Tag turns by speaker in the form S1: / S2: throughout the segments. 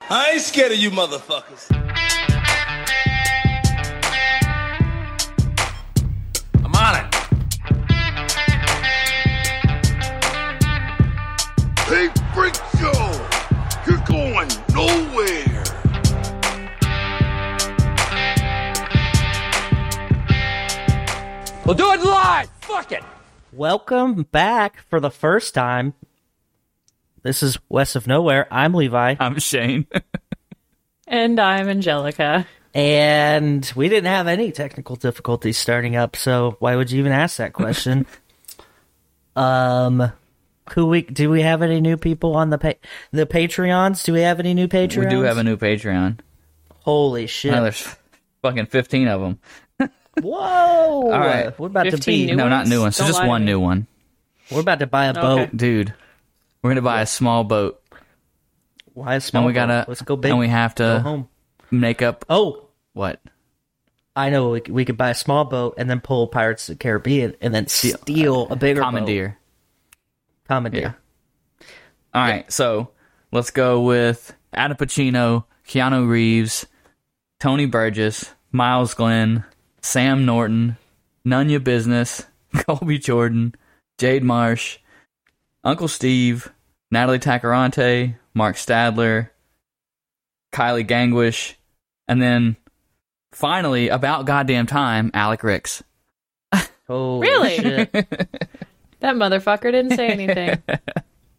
S1: I ain't scared of you motherfuckers.
S2: I'm on it.
S3: Hey, Freak Show! You're going nowhere!
S2: We'll do it live. Fuck it.
S4: Welcome back for the first time. This is West of Nowhere. I'm Levi.
S5: I'm Shane.
S6: And I'm Angelica.
S4: And we didn't have any technical difficulties starting up, so why would you even ask that question? um who we do we have any new people on the pa- the Patreons? Do we have any new Patreons?
S5: we do have a new Patreon.
S4: Holy shit.
S5: Now there's fucking 15 of them.
S4: Whoa.
S5: right.
S4: We're about to
S6: 15
S4: be
S6: New
S5: no, not new ones.
S6: ones?
S5: So
S6: Don't
S5: just
S6: lie to
S5: one
S6: me.
S5: new one. Oh,
S4: we're about to buy a boat.
S5: Dude, we're going to buy a small boat
S4: Why a small
S5: and we
S4: boat?
S5: got to
S4: Let's go big.
S5: and we have
S4: go
S5: to
S4: home.
S5: make up
S4: Oh,
S5: what?
S4: I know we, c- we could buy a small boat and then pull Pirates of the Caribbean and then steal, a bigger boat.
S5: Commandeer.
S4: Commandeer.
S5: All right. So, let's go with Adam Pacino, Keanu Reeves, Tony Burgess, Miles Glenn, Sam Norton, None Your Business, Colby Jordan, Jade Marsh, Uncle Steve, Natalie Tacarante, Mark Stadler, Kylie Gangwish, and then finally, about goddamn time, Alec Ricks.
S4: Holy
S6: Really?
S4: shit.
S6: That motherfucker didn't say anything.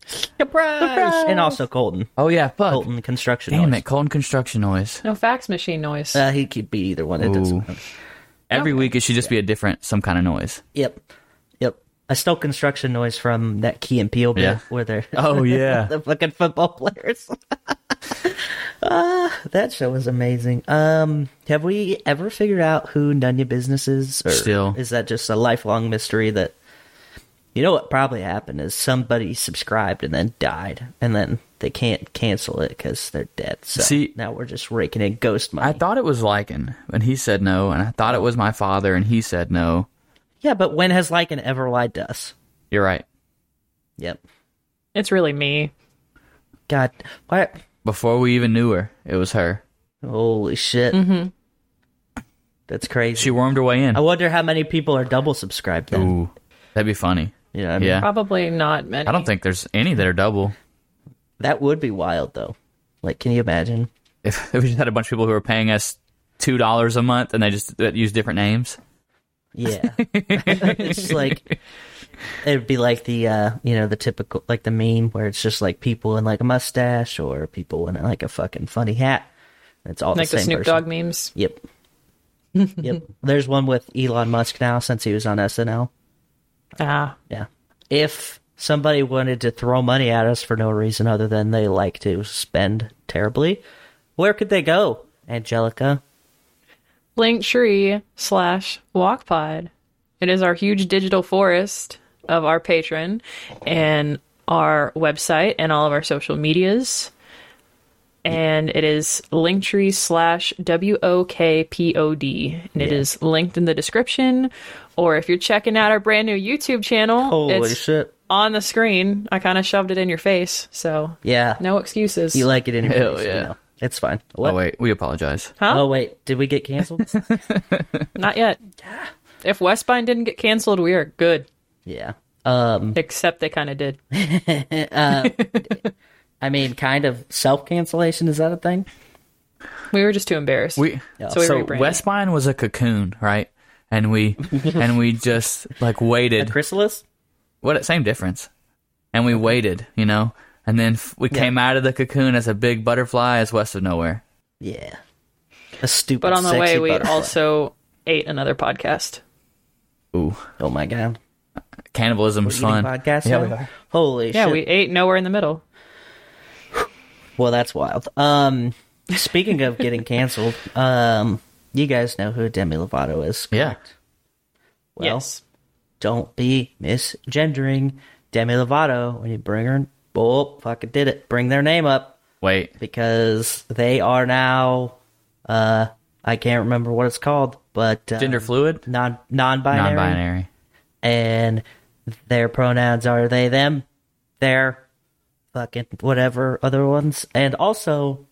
S4: Surprise! And also Colton.
S5: Oh yeah, fuck.
S4: Colton construction.
S5: Damn
S4: noise.
S5: it, Colton construction noise.
S6: No fax machine noise.
S4: Uh, he could be either one. It doesn't
S5: Ooh.
S4: matter.
S5: Every week it should just be a different some kind of noise.
S4: Yep. Yep. I stole construction noise from that Key and Peele bit
S5: Yeah.
S4: where they're
S5: Oh yeah.
S4: the fucking football players. Ah, that show was amazing. Um, have we ever figured out who None Your Business is? Or
S5: Still.
S4: Is that just a lifelong mystery that. You know what probably happened is somebody subscribed and then died, and then they can't cancel it because they're dead. So
S5: See-
S4: now we're just raking in ghost money.
S5: I thought it was Lycan, and he said no, and I thought it was my father, and he said no.
S4: Yeah, but when has Lycan ever lied to us?
S5: You're right.
S4: Yep.
S6: It's really me.
S4: God, why?
S5: Before we even knew her, it was her.
S4: Holy shit. Mm-hmm. That's crazy.
S5: She wormed her way in.
S4: I wonder how many people are double subscribed then.
S5: Ooh, that'd be funny.
S4: You know what I mean?
S5: Yeah,
S6: Probably not many.
S5: I don't think there's any that are double.
S4: That would be wild though. Like, can you imagine?
S5: If, if we just had a bunch of people who were paying us two dollars a month, and they just that use different names. Oh,
S4: Yeah. it's just like it'd be like the uh you know, the typical like the meme where it's just like people in like a mustache or people in like a fucking funny hat. It's all
S6: like
S4: the
S6: the,
S4: same
S6: Snoop
S4: person.
S6: Dogg memes.
S4: Yep. yep. There's one with Elon Musk now since he was on SNL.
S6: Ah,
S4: Yeah. If somebody wanted to throw money at us for no reason other than they like to spend terribly, where could they go, Angelica?
S6: Linktree slash WalkPod. It is our huge digital forest of our patron and our website and all of our social medias. And it is Linktree slash W O K P O D. And it is linked in the description. Or if you're checking out our brand new YouTube channel,
S4: Holy
S6: it's
S4: shit.
S6: on the screen. I kind of shoved it in your face. So
S4: Yeah.
S6: no excuses.
S4: You like it anyway.
S5: Hell
S4: so
S5: yeah.
S4: no. It's fine.
S5: Oh wait, we apologize.
S6: huh?
S4: Oh, wait. Did we get canceled?
S6: Not yet. If Westbine didn't get canceled, we are good.
S4: yeah. Um
S6: Except they kind of did.
S4: I mean kind of self cancellation, is that a thing?
S6: We were just too embarrassed.
S5: We
S6: So we
S5: so
S6: rebranded.
S5: Westbine was a cocoon, right? And we and we just like
S4: A
S5: waited.
S4: chrysalis?
S5: what same difference and we waited you know and then f- we came out of the cocoon as a big butterfly as west of nowhere
S4: Yeah. A stupid
S6: but on the
S4: sexy
S6: way, we
S4: butterfly.
S6: also ate another podcast.
S5: ooh
S4: Oh my god.
S5: cannibalism is
S4: Eating
S5: fun
S4: podcast
S5: yeah
S4: now?
S5: we are
S4: Holy
S6: Yeah,
S4: shit.
S6: we ate nowhere in the middle.
S4: Well, that's wild. Um, speaking of getting canceled, um, you guys know who Demi Lovato is.
S5: yeah
S4: Well,
S6: yes.
S4: don't be misgendering Demi Lovato when you bring her. Oh, fucking did it. Bring their name up
S5: wait
S4: because they are now. Uh, I can't remember what it's called, but uh,
S5: gender fluid
S4: non non-binary,
S5: non-binary
S4: and their pronouns are they them, their, fucking whatever other ones, and also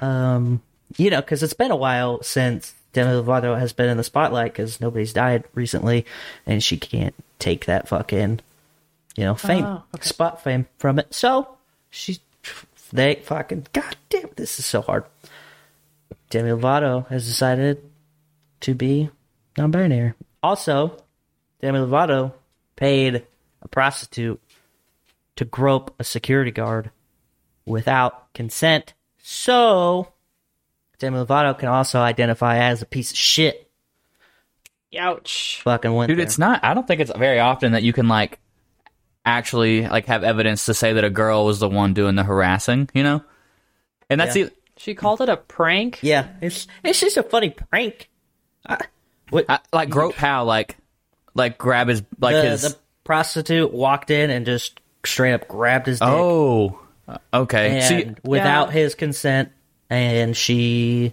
S4: um, you know, because it's been a while since Demi Lovato has been in the spotlight because nobody's died recently, and she can't take that fucking, you know, fame, spot fame from it. So she, they fucking, goddamn, this is so hard. Demi Lovato has decided to be non-binary. Also, Demi Lovato paid a prostitute to grope a security guard without consent. So Demi Lovato can also identify as a piece of shit.
S6: Ouch.
S4: Fucking went
S5: Dude,
S4: there.
S5: it's not. I don't think it's very often that you can like actually like have evidence to say that a girl was the one doing the harassing. You know, and that's e,
S4: Yeah.
S5: the.
S6: She called it a prank.
S4: yeah, it's it's just a funny prank. I, what,
S5: I, like grope how like like grab his like
S4: the,
S5: his
S4: the prostitute walked in and just straight up grabbed his dick
S5: oh okay
S4: and
S5: See,
S4: without
S6: Yeah.
S4: his consent, and she,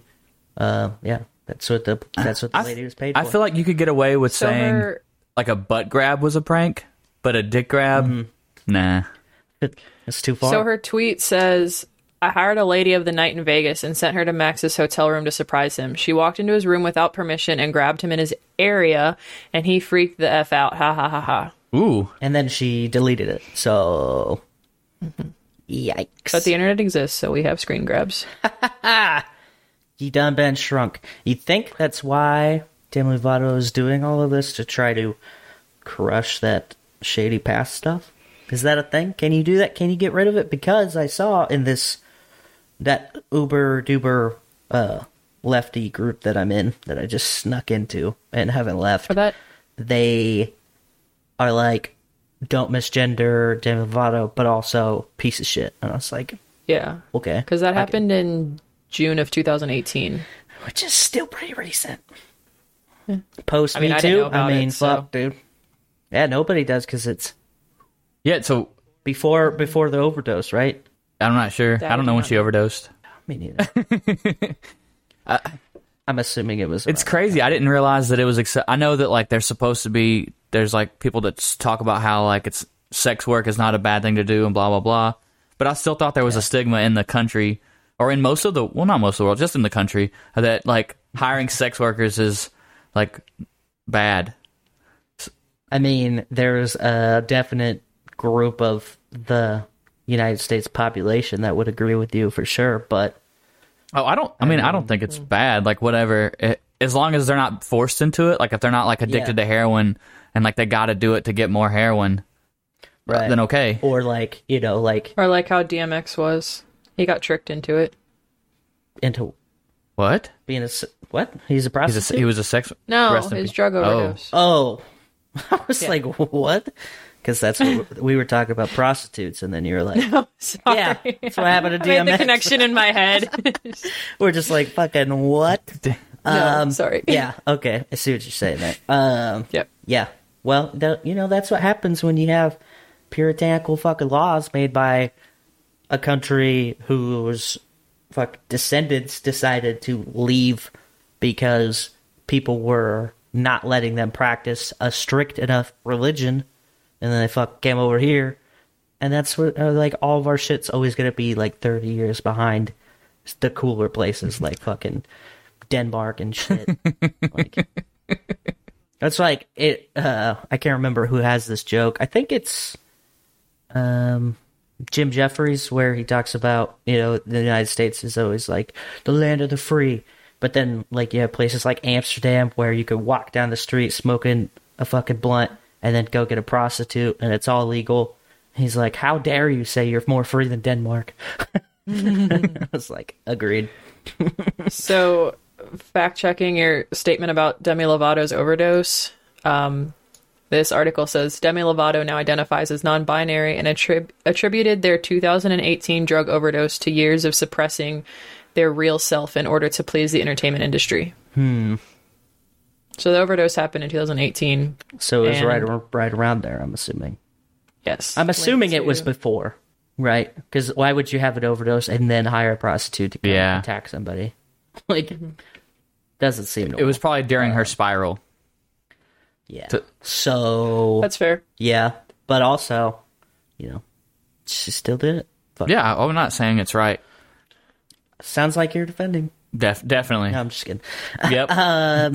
S4: uh, yeah, that's what the that's what the
S5: I,
S4: lady was paid
S5: I
S4: for.
S5: feel like you could get away with
S6: So
S5: saying
S6: her
S5: like a butt grab was a prank but a dick grab nah
S4: it's too far.
S6: So her tweet says, I hired a lady of the night in Vegas and sent her to Max's hotel room to surprise him. She walked into his room without permission and grabbed him in his area, and he freaked the F out. Ha ha ha ha.
S5: ooh
S4: and then she deleted it. So, yikes!
S6: But the internet exists, so we have screen grabs.
S4: you done been shrunk. You think that's why Demi Lovato is doing all of this to try to crush that shady past stuff? Is that a thing? Can you do that? Can you get rid of it? Because I saw in this that Uber Duber uh, lefty group that I'm in that I just snuck into and haven't left.
S6: For that,
S4: They are like, don't misgender Demi Lovato, but also piece of shit. And I was like,
S6: yeah.
S4: okay,
S6: Because that happened in June of 2018.
S4: which is still pretty recent. Post
S6: I mean,
S4: me
S6: I didn't
S4: too.
S6: know about
S4: I mean,
S6: it, so-
S4: fuck, dude. Yeah, nobody does because it's
S5: yeah so
S4: before before the overdose, right?
S5: i'm not sure i
S6: would
S5: don't know
S6: be
S5: when
S6: not-
S5: she overdosed
S4: Me neither.
S6: Uh,
S4: I'm assuming it was.
S5: It's crazy. I didn't realize that it was. Accept- I know that like there's supposed to be. There's like people that s- talk about how like it's sex work is not a bad thing to do and blah blah blah. But I still thought there was a stigma in the country or in most of the well, not most of the world, just in the country that like hiring sex workers is like bad.
S4: I mean, there's a definite group of the United States population that would agree with you for sure, but
S5: Oh, I don't. I mean, I don't think it's bad. Like whatever, it, as long as they're not forced into it. Like if they're not like addicted
S4: Yeah.
S5: to heroin and like they got to do it to get more heroin,
S4: right.
S5: then okay.
S4: Or like you know, like
S6: Or like how DMX was. He got tricked into it.
S4: into
S5: What?
S4: being a s- what? He's a prostitute.
S5: He's a, he was a sex.
S6: No,
S5: Rest in
S6: his
S5: peace.
S6: drug
S5: Oh.
S6: overdose.
S4: Oh, I was like, what? Because that's what we were talking about prostitutes, and then you were like,
S6: Sorry.
S4: yeah, that's what happened to
S6: I made the
S4: DMX.
S6: connection in my head.
S4: We're just like, fucking what? Um,
S6: no, sorry.
S4: yeah, okay, I see what you're saying there. Um,
S6: Yep.
S4: yeah, well, tha- you know, that's what happens when you have puritanical fucking laws made by a country whose fuck descendants decided to leave because people were not letting them practice a strict enough religion, and then they fuck came over here, and that's what uh, like all of our shit's always gonna be like thirty years behind the cooler places like fucking Denmark and shit. like, that's like it. Uh, I can't remember who has this joke. I think it's um, Jim Jeffries, where he talks about you know the United States is always like the land of the free, but then like you have places like Amsterdam where you could walk down the street smoking a fucking blunt and then go get a prostitute and it's all legal. He's like, "How dare you say you're more free than Denmark?" I was like, "Agreed."
S6: So, fact checking your statement about Demi Lovato's overdose, um, this article says Demi Lovato now identifies as non binary and attrib- attributed their 2018 drug overdose to years of suppressing their real self in order to please the entertainment industry. Hmm. So, the overdose happened in 2018.
S4: So it was
S6: And-
S4: right ar- right around there. I'm assuming.
S6: Yes.
S4: I'm assuming it was
S6: before.
S4: before, right? Because why would you have an overdose and then hire a prostitute to come
S5: Oh, Yeah.
S4: attack somebody? Like, doesn't seem normal.
S5: It was probably during
S4: Uh,
S5: her spiral.
S4: yeah.
S5: t-
S4: so
S6: That's fair.
S4: yeah, but also, you know, she still did it. Fuck.
S5: Yeah, I'm not saying it's right.
S4: Sounds like you're defending.
S5: Def- definitely.
S4: No, I'm just kidding.
S5: Yep.
S4: Uh,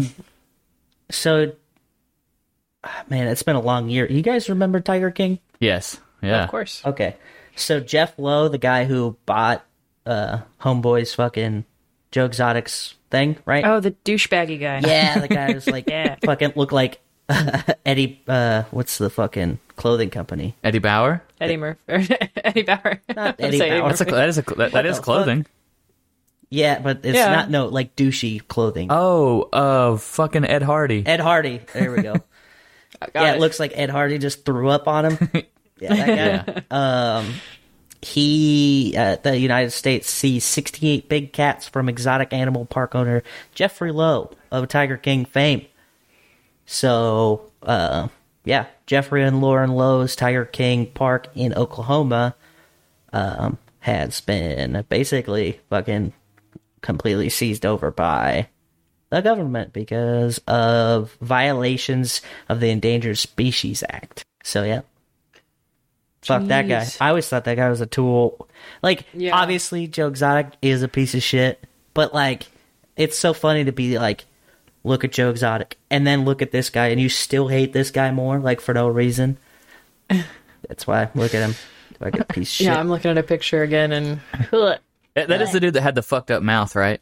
S4: So, ah, man, it's been a long year. You guys remember Tiger King?
S5: yes. Yeah.
S6: Of course.
S4: Okay. So Jeff Lowe, the guy who bought uh Homeboy's fucking Joe Exotic's thing, right?
S6: Oh, the douchebaggy guy.
S4: Yeah, the guy who's like
S6: Yeah.
S4: fucking look like Eddie uh what's the fucking clothing company?
S5: Eddie Bauer.
S6: Eddie Murphy. Eddie Bauer. Not
S4: Eddie Bauer.
S5: That's a, that is a that, that is
S4: the fuck?
S5: clothing.
S4: Yeah, but it's
S6: Yeah.
S4: not no like douchey clothing.
S5: Oh, uh, fucking Ed Hardy.
S4: Ed Hardy. There we go. yeah, it looks like Ed Hardy just threw up on him. yeah, that guy. Um, he, uh, the United States, sees 68 big cats from exotic animal park owner Jeffrey Lowe of Tiger King fame. So, uh, yeah, Jeffrey and Lauren Lowe's Tiger King Park in Oklahoma um, has been basically fucking completely seized over by the government because of violations of the Endangered Species Act. So yeah. Fuck that guy.
S6: Jeez.
S4: I always thought that guy was a tool. Like
S6: Yeah.
S4: obviously Joe Exotic is a piece of shit, but like it's so funny to be like look at Joe Exotic and then look at this guy and you still hate this guy more like for no reason. That's why look at him. Like a piece of shit.
S6: Yeah, I'm looking at a picture again and Ugh.
S5: That- that is the dude that had the fucked up mouth, right?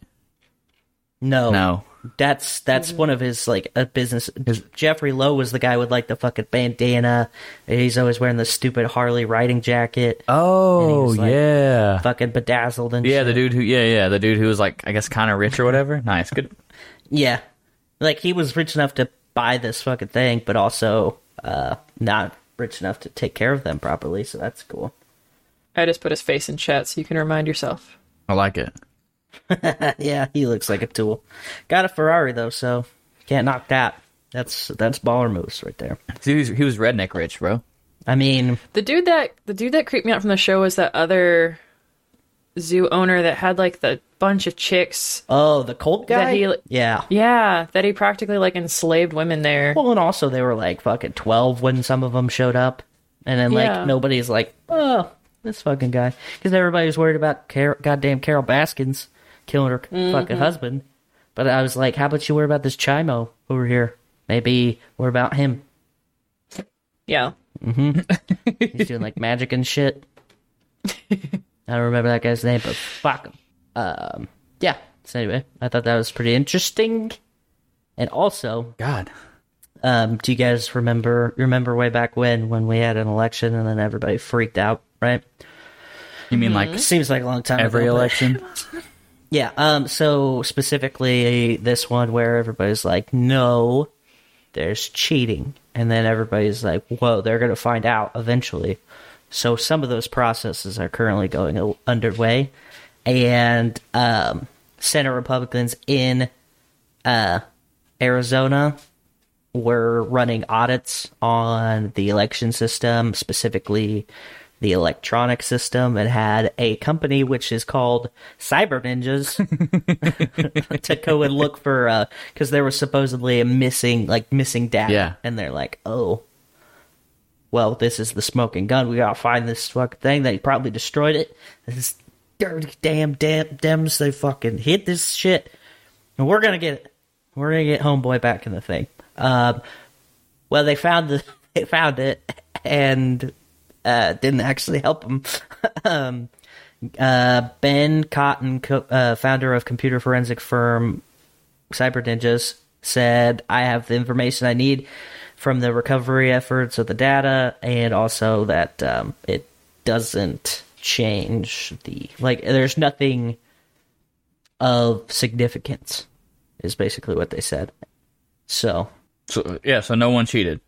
S4: No,
S5: No.
S4: That's that's
S6: Mm-hmm.
S4: one of his like a business. Jeffrey Lowe was the guy with like the fucking bandana. He's always wearing the stupid Harley riding jacket,
S5: Oh
S4: like-
S5: yeah,
S4: fucking bedazzled and
S5: yeah.
S4: shit.
S5: The dude who, yeah, yeah, the dude who was like, I guess, kind of rich or whatever. Nice, good.
S4: yeah. Like he was rich enough to buy this fucking thing, but also uh not rich enough to take care of them properly. So that's cool.
S6: I just put his face in chat so you can remind yourself.
S5: I like it.
S4: Yeah, he looks like a tool. Got a Ferrari though, so can't knock that. That's that's baller moves right there.
S5: He was, he was redneck rich, bro.
S4: I mean,
S6: The dude that the dude that creeped me out from the show was that other zoo owner that had like the bunch of chicks.
S4: oh, the Colt
S6: That
S4: guy.
S6: he-
S4: yeah,
S6: Yeah, that he practically like enslaved women there.
S4: Well, and also they were like fucking twelve when some of them showed up, and then like
S6: Yeah.
S4: nobody's like, oh, this fucking guy, because everybody was worried about Car- goddamn Carol Baskins killing her fucking husband. But I was like, how about you worry about this Chimo over here? Maybe worry about him.
S6: Yeah.
S4: He's doing like magic and shit. I don't remember that guy's name, but fuck him. Um, yeah. So anyway, I thought that was pretty interesting. And also,
S5: God,
S4: Um, do you guys remember remember way back when when we had an election and then everybody freaked out, right?
S5: you mean
S6: Mm-hmm.
S5: like
S4: Seems like a long time
S5: every
S4: ago. but-
S5: election?
S4: Yeah. Um so specifically this one where everybody's like, No, there's cheating and then everybody's like, Whoa, they're gonna find out eventually. So some of those processes are currently going o- underway. And um Senate Republicans in uh Arizona were running audits on the election system, specifically the electronic system, and had a company which is called Cyber Ninjas to go and look for uh, because there was supposedly a missing like missing data,
S5: Yeah.
S4: and they're like, oh. Well, this is the smoking gun. We gotta find this fucking thing. They probably destroyed it. This dirty damn damn Dems. They fucking hid this shit, and we're gonna get it. We're gonna get homeboy back in the thing. Um, well, they found the they found it and uh, didn't actually help them. um, uh, ben Cotton, co- uh, founder of computer forensic firm Cyber Ninjas, said, "I have the information I need from the recovery efforts of the data, and also that um, it doesn't change the like. There's nothing of significance." Is basically what they said. So
S5: So yeah, so no one cheated.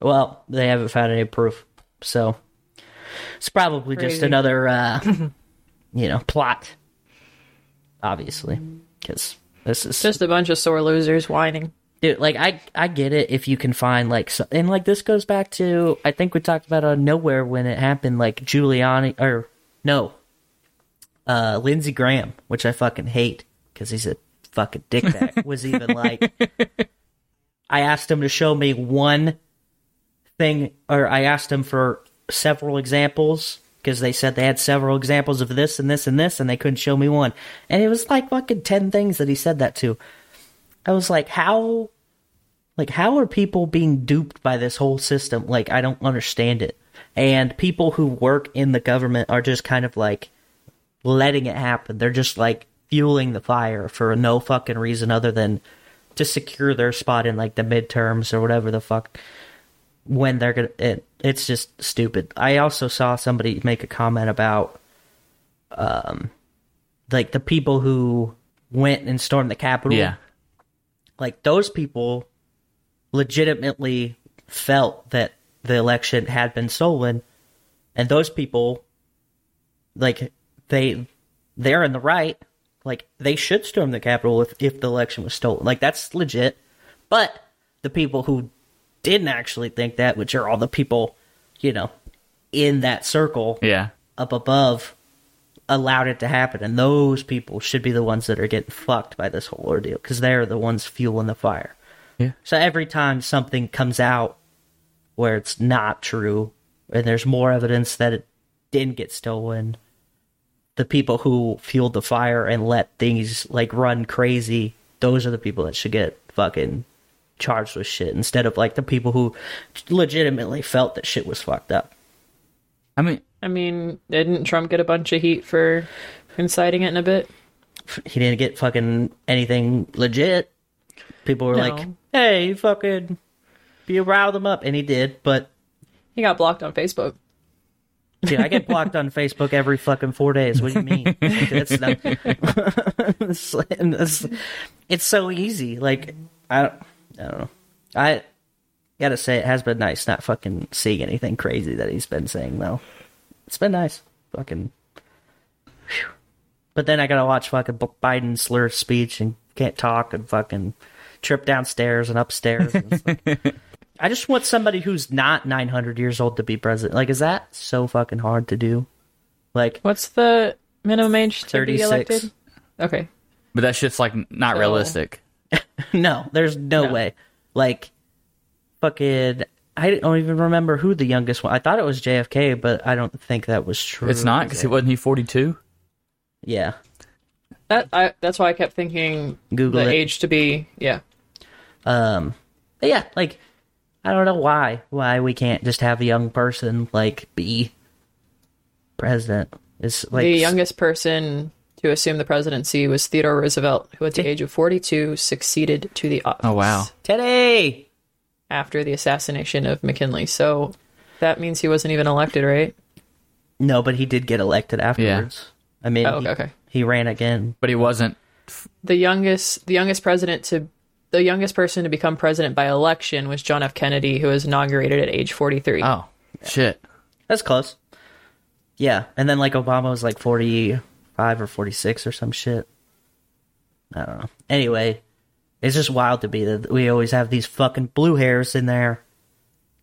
S4: well, they haven't found any proof, so it's probably just
S6: Crazy.
S4: another, uh, you know, plot. Obviously, because this is
S6: Just a bunch of sore losers whining.
S4: dude, like I I get it if you can find like so, and like this goes back to I think we talked about on nowhere when it happened like Giuliani or no, uh Lindsey Graham, which I fucking hate because he's a fucking dickbag. was even like I asked him to show me one thing, or I asked him for several examples because they said they had several examples of this and this and this, and they couldn't show me one. And it was like fucking 10 things that he said that to. I was like, how, like, how are people being duped by this whole system? Like, I don't understand it. And people who work in the government are just kind of like letting it happen. They're just like fueling the fire for no fucking reason other than to secure their spot in like the midterms or whatever the fuck when they're gonna it, it's just stupid i also saw somebody make a comment about um like the people who went and stormed the capitol
S5: Yeah.
S4: like those people legitimately felt that the election had been stolen and those people like they they're in the right like they should storm the capitol if if the election was stolen like that's legit but the people who didn't actually think that which are all the people you know in that circle
S5: Yeah.
S4: up above allowed it to happen and those people should be the ones that are getting fucked by this whole ordeal because they're the ones fueling the fire
S5: Yeah.
S4: so every time something comes out where it's not true and there's more evidence that it didn't get stolen the people who fueled the fire and let things like run crazy those are the people that should get fucking charged with shit instead of like the people who legitimately felt that shit was fucked up
S5: I mean,
S6: I mean, didn't Trump get a bunch of heat for inciting it in a bit?
S4: he didn't get fucking anything legit. People were
S6: No.
S4: like, "Hey, you fucking, you riled him up," and he did. But
S6: He got blocked on Facebook.
S4: dude, I get blocked on Facebook every fucking four days. What do you mean? That's not- it's, it's, it's so easy. Like I, don't- I don't know. I gotta say, it has been nice not fucking seeing anything crazy that he's been saying though. It's been nice, fucking. Phew. But then I gotta watch fucking B- Biden slur speech and can't talk and fucking trip downstairs and upstairs. And it's like- I just want somebody who's not 900 years old to be president. Like, is that so fucking hard to do? Like,
S6: What's the minimum age to be
S4: 36.
S6: elected? Okay.
S5: but that shit's like not
S6: So-
S5: realistic.
S4: No, there's no, way. Like, fucking, I don't even remember who the youngest one. I thought it was JFK, but I don't think that was true.
S5: It's not because wasn't he forty two.
S4: Yeah,
S6: That I that's why I kept thinking
S4: Google
S6: the
S4: it.
S6: age to be yeah.
S4: Um, but yeah, like, I don't know why why we can't just have a young person like be president. It's like
S6: the youngest person to assume the presidency was Theodore Roosevelt, who at the age of 42 succeeded to the office.
S5: Oh wow.
S4: Teddy.
S6: After the assassination of McKinley. So that means he wasn't even elected, right?
S4: No, but he did get elected afterwards. I mean,
S6: Oh,
S4: he-
S6: okay.
S4: he ran again.
S5: But he wasn't.
S6: The youngest the youngest president to the youngest person to become president by election was John F. Kennedy, who was inaugurated at age 43.
S5: Oh shit.
S4: That's close. Yeah, and then like Obama was like forty five or forty six or some shit. I don't know. Anyway, it's just wild to be that we always have these fucking blue hairs in there.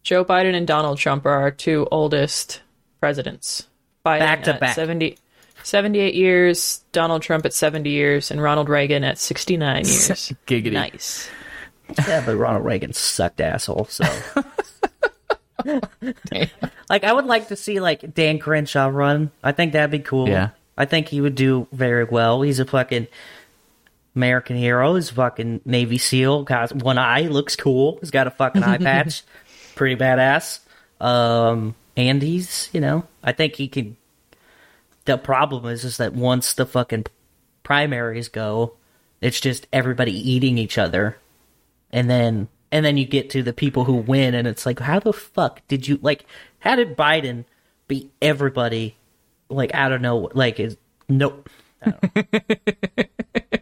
S6: Joe Biden and Donald Trump are our two oldest presidents. Biden
S4: Back to
S6: at
S4: back.
S6: 70, 78 years, Donald Trump at 70 years, and Ronald Reagan at 69 years.
S5: Giggity.
S6: Nice.
S4: Yeah, but Ronald Reagan sucked asshole. So, like, I would like to see like Dan Crenshaw run. I think that'd be cool.
S5: Yeah.
S4: I think he would do very well. He's a fucking American hero. He's a fucking Navy SEAL. Got one eye. Looks cool. He's got a fucking eye patch. Pretty badass. Um, and he's you know I think he could. The problem is is that once the fucking primaries go, it's just everybody eating each other and then and then you get to the people who win and it's like how the fuck did you like how did biden beat everybody like i don't know like is nope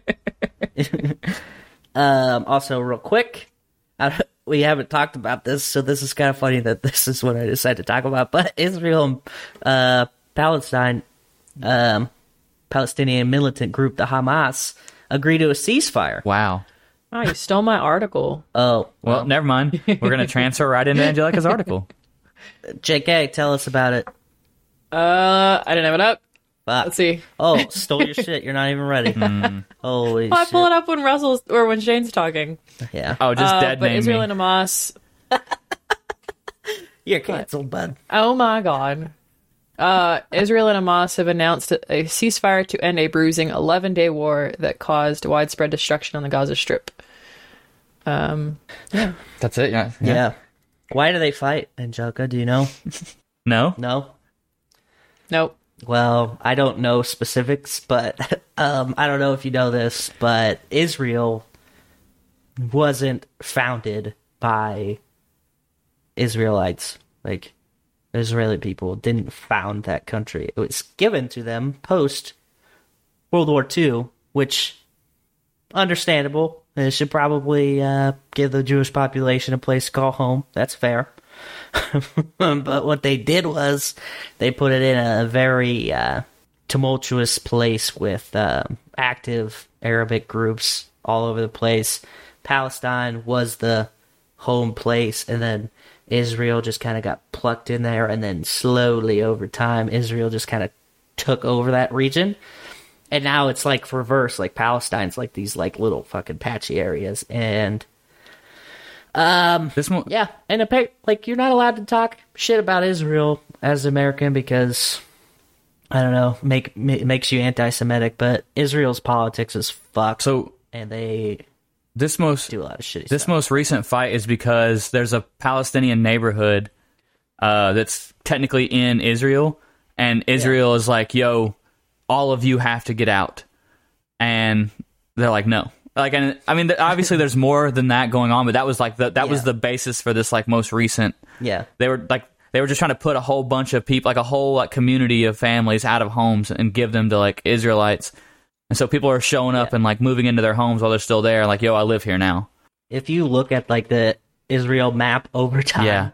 S4: um also real quick I, we haven't talked about this so this is kind of funny that this is what i decided to talk about but israel and uh palestine um palestinian militant group the hamas agree to a ceasefire
S5: Wow.
S6: Oh, you stole my article.
S4: oh
S5: Well, never mind. We're gonna transfer right into Angelica's article.
S4: jk tell us about it
S6: Uh, I didn't have it up.
S4: Fuck.
S6: Let's see.
S4: Oh, stole your shit. You're not even ready. Holy
S6: Well, Oh, I
S4: shit.
S6: pull it up when Russell's or when Shane's talking.
S4: Yeah.
S5: Oh, just
S6: Uh,
S5: dead
S6: but
S5: name
S6: Israel
S5: me.
S6: and Hamas.
S4: You're canceled, bud.
S6: Oh my God. Uh, Israel and Hamas have announced a ceasefire to end a bruising 11 day war that caused widespread destruction on the Gaza Strip.
S5: That's it. Yeah.
S4: Yeah. Why do they fight, Angelica? Do you know?
S5: No.
S4: No.
S6: Nope.
S4: Well, I don't know specifics, but um, I don't know if you know this, but Israel wasn't founded by Israelites. Like, Israeli people didn't found that country. It was given to them post World War II, which, understandable. It should probably uh, give the Jewish population a place to call home. That's fair. but what they did was they put it in a very uh, tumultuous place with um active Arabic groups all over the place. Palestine was the home place, and then Israel just kind of got plucked in there, and then slowly over time, Israel just kind of took over that region. And now it's like reverse, like Palestine's like these like little fucking patchy areas, and
S5: This one.
S4: yeah, and appa- like you're not allowed to talk shit about Israel as American because I don't know, make ma- makes you anti-Semitic. But Israel's politics is fucked,
S5: So
S4: and they
S5: this most
S4: do a lot of shitty
S5: this
S4: stuff.
S5: most recent fight is because there's a Palestinian neighborhood uh, that's technically in Israel, and Israel is like, "Yo, all of you have to get out," and they're like, "No." Like, and I mean, th- obviously, there's more than that going on, but that was like the, that was
S4: Yeah.
S5: the basis for this like most recent.
S4: yeah,
S5: They were like they were just trying to put a whole bunch of people, like a whole like community of families, out of homes and give them to like Israelites. And so people are showing up and like moving into their homes while they're still there. Like, yo, I live here now.
S4: if you look at like the Israel map over time,
S5: Yeah.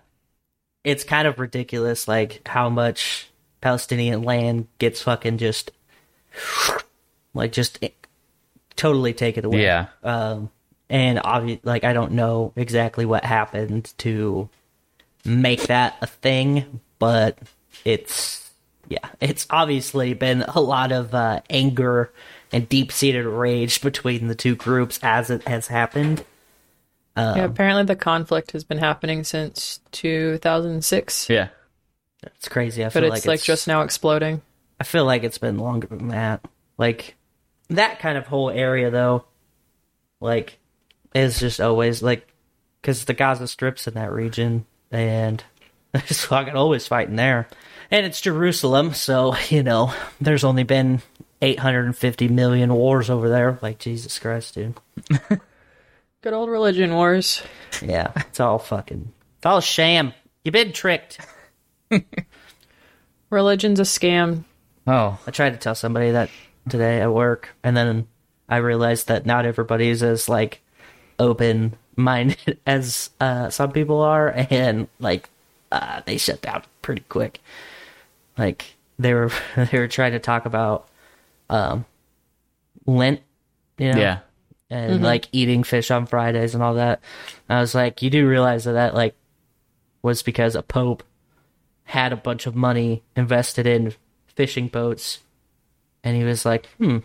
S4: it's kind of ridiculous, like how much Palestinian land gets fucking just like just i- totally taken away.
S5: Yeah.
S4: Um, and obvi- like I don't know exactly what happened to make that a thing, but it's yeah, it's obviously been a lot of uh, anger and deep-seated rage between the two groups as it has happened.
S6: yeah, apparently the conflict has been happening since 2006,
S5: Yeah.
S4: It's crazy. I
S6: but
S4: feel
S6: it's
S4: like
S6: like just now exploding.
S4: I feel like it's been longer than that. Like that kind of whole area though, like is just always like because the Gaza Strip's in that region and there's fucking always fighting there, and it's Jerusalem, so you know there's only been 850 million wars over there. Like Jesus Christ, dude.
S6: Good old religion wars.
S4: Yeah, it's all fucking it's all sham. You've been tricked.
S6: Religion's a scam.
S5: Oh,
S4: I tried to tell somebody that today at work, and then I realized that not everybody's as like open minded as uh, some people are, and like uh, they shut down pretty quick. Like they were they were trying to talk about um, Lent, you know,
S5: yeah.
S4: and like eating fish on Fridays and all that. I was like, you do realize that that like was because a pope had a bunch of money invested in fishing boats, and he was like, hmm,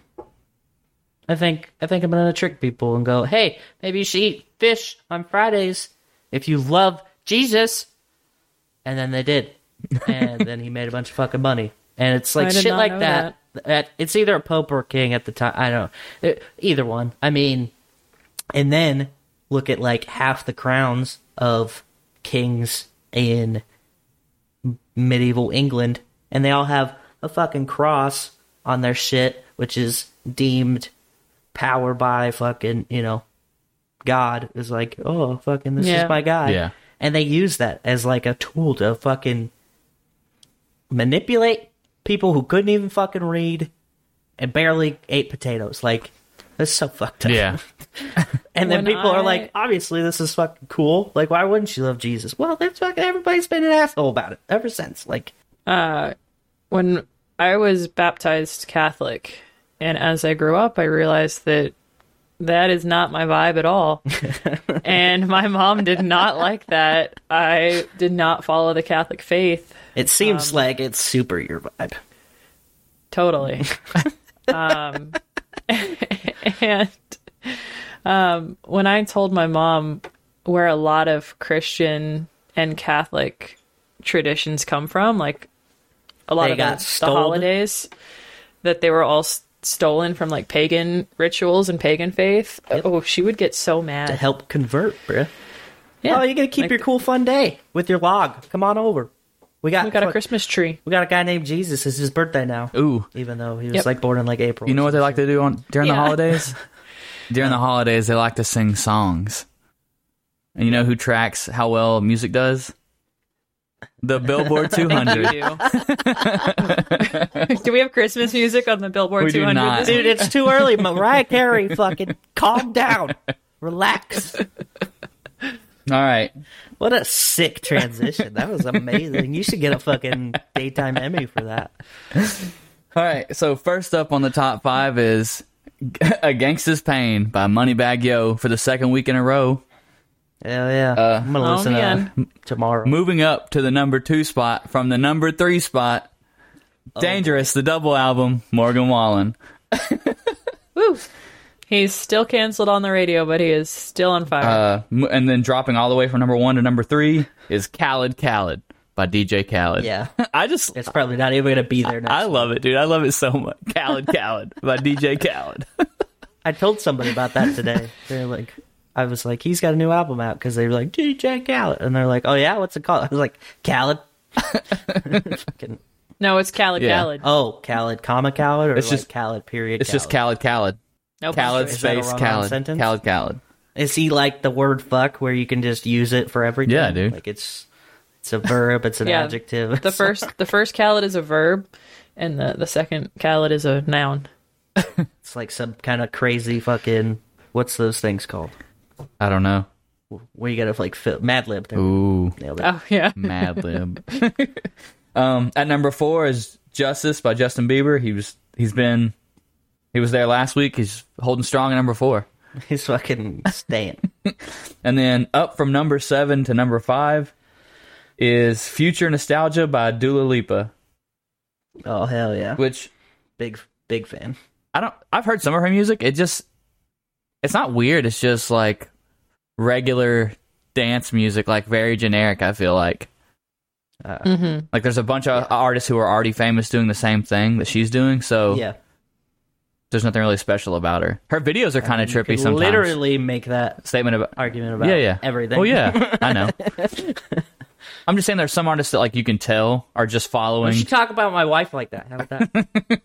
S4: I think I think I'm gonna trick people and go, hey, maybe you should eat fish on Fridays if you love Jesus. And then they did, and then he made a bunch of fucking money. And it's like
S6: I did
S4: shit
S6: not
S4: like
S6: know
S4: that. At, it's either a pope or a king at the time. I don't know. It- either one. I mean, and then look at like half the crowns of kings in medieval England, and they all have a fucking cross on their shit, which is deemed power by fucking, you know, God. Is like, oh, fucking, this
S6: Yeah.
S4: is my God.
S5: Yeah.
S4: And they use that as like a tool to fucking manipulate people who couldn't even fucking read and barely ate potatoes. Like, that's so fucked up.
S5: Yeah.
S4: And then
S6: When
S4: people are
S6: I-
S4: like, obviously this is fucking cool. Like, why wouldn't you love Jesus? Well, that's fucking everybody's been an asshole about it ever since. Like,
S6: when I was baptized Catholic, and as I grew up, I realized that that is not my vibe at all. and my mom did not like that. I did not follow the Catholic faith
S4: it seems like it's super your vibe.
S6: totally. um, and um, when I told my mom where a lot of Christian and Catholic traditions come from, like a lot
S4: They
S6: of
S4: got
S6: the, the
S4: stoled?
S6: holidays that they were all s- stolen from like pagan rituals and pagan faith. Oh, she would get so
S4: to
S6: mad.
S4: help convert, bruh.
S6: Yeah,
S4: Oh, you're gonna keep
S6: Like,
S4: your cool fun day with your log. Come on over. We got
S6: We got a
S4: fuck-
S6: Christmas tree.
S4: We got a guy named Jesus. It's his birthday now.
S5: Ooh.
S4: Even though he was
S6: Yep.
S4: like born in like April.
S5: You know what they like to do on during the
S6: Yeah.
S5: holidays? during the holidays, they like to sing songs. And you know who tracks how well music does? The Billboard 200.
S6: Do we have Christmas music on the Billboard
S5: We do
S6: 200?
S5: not.
S6: This-
S4: Dude, it's too early. Mariah Carey, fucking calm down. Relax.
S5: All right.
S4: What a sick transition. That was amazing. You should get a fucking daytime Emmy for that.
S5: All right. So first up on the top five is "A Gangsta's Pain" by Moneybag Yo for the second week in a row.
S4: Hell yeah.
S5: Uh,
S4: I'm gonna
S6: Oh,
S4: listen to that tomorrow.
S5: Moving up to the number two spot from the number three spot. Oh. Dangerous, the double album, Morgan Wallen.
S6: Woo. He's still canceled on the radio, but he is still on fire.
S5: Uh, m- and then dropping all the way from number one to number three is Khaled Khaled by DJ Khaled.
S4: Yeah.
S5: I just,
S4: It's probably not even gonna be there next
S5: I love it, dude. I love it so much. Khaled Khaled by DJ Khaled.
S4: I told somebody about that today. They're like, I was like, he's got a new album out because they were like, DJ Khaled, and they're like, oh yeah, what's it called? I was like, Khaled. Fucking-
S6: no, it's Khaled
S5: yeah.
S6: Khaled.
S4: oh, Khaled, comma Khaled, or
S5: It's
S4: it's
S5: just-
S4: just Khaled. Period.
S5: It's just Khaled Khaled.
S6: Nope.
S5: Khaled
S4: that a
S5: space
S4: run-on
S5: Khaled.
S4: sentence?
S5: Khaled Khaled.
S4: Is he like the word fuck, where you can just use it for everything?
S5: Yeah, dude.
S4: Like it's it's a verb, it's an
S6: Yeah.
S4: adjective.
S6: The first the first Khaled is a verb and the, the second Khaled is a noun.
S4: it's like some kind of crazy fucking. What's those things called?
S5: I don't know.
S4: Where you gotta like fill, Mad Lib. There,
S5: Ooh.
S4: nailed it.
S6: Oh yeah.
S5: Mad Lib. um, at number four is Justice by Justin Bieber. He was he's been he was there last week. He's holding strong at number four.
S4: He's fucking staying.
S5: And then up from number seven to number five is Future Nostalgia by Dua Lipa,
S4: oh hell yeah,
S5: which
S4: big big fan.
S5: I don't I've heard some of her music. It just it's not weird, it's just like regular dance music, like very generic, I feel like. Uh,
S4: Mm-hmm.
S6: hmm
S5: Like there's a bunch of artists who are already famous doing the same thing that she's doing, so
S4: Yeah.
S5: there's nothing really special about her. Her videos are kind of
S4: You
S5: trippy
S4: could
S5: sometimes.
S4: Literally make that
S5: statement about
S4: argument about
S5: yeah, yeah,
S4: everything.
S5: Well, yeah, I know. I'm just saying there's some artists that like you can tell are just
S4: You
S5: following,
S4: should talk about my wife like that. How about that?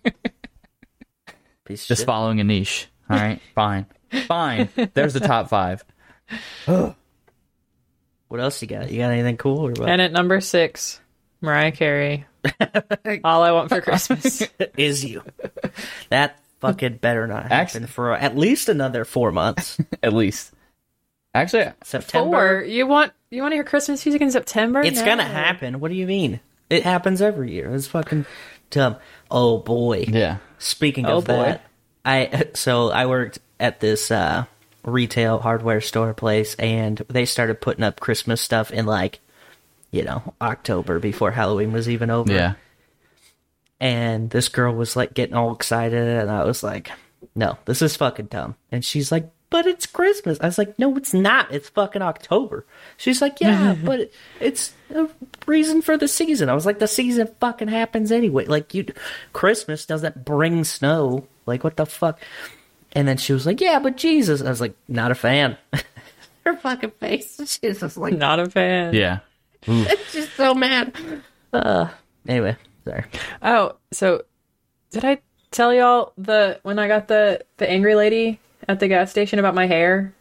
S4: Piece of
S5: just
S4: shit.
S5: following a niche. All right, fine, fine. There's the top five.
S4: What else you got? You got anything cool or what?
S6: And at number six, Mariah Carey. All I want for Christmas.
S4: Is you that fucking better not happen
S5: Actually-
S4: for at least another four months.
S5: At least, actually,
S4: September.
S6: Four. You want you want to hear Christmas music in September?
S4: It's
S6: No.
S4: gonna happen. What do you mean? It happens every year. It's fucking dumb. Oh boy.
S5: yeah.
S4: Speaking
S6: Oh,
S4: of
S6: boy.
S4: that, I so I worked at this uh, retail hardware store place, and they started putting up Christmas stuff in like, you know, October before Halloween was even over.
S5: Yeah,
S4: And this girl was like getting all excited, and I was like, "No, this is fucking dumb." And she's like, "But it's Christmas." I was like, "No, it's not. It's fucking October." She's like, "Yeah, but it, it's a reason for the season." I was like, "The season fucking happens anyway. Like you, Christmas doesn't bring snow. Like what the fuck?" And then she was like, "Yeah, but Jesus." I was like, "Not a fan." Her fucking face. She's just like,
S6: Not a fan.
S5: yeah.
S4: she's so mad. Uh, anyway, sorry.
S6: Oh, so did I tell y'all the when I got the the angry lady at the gas station about my hair?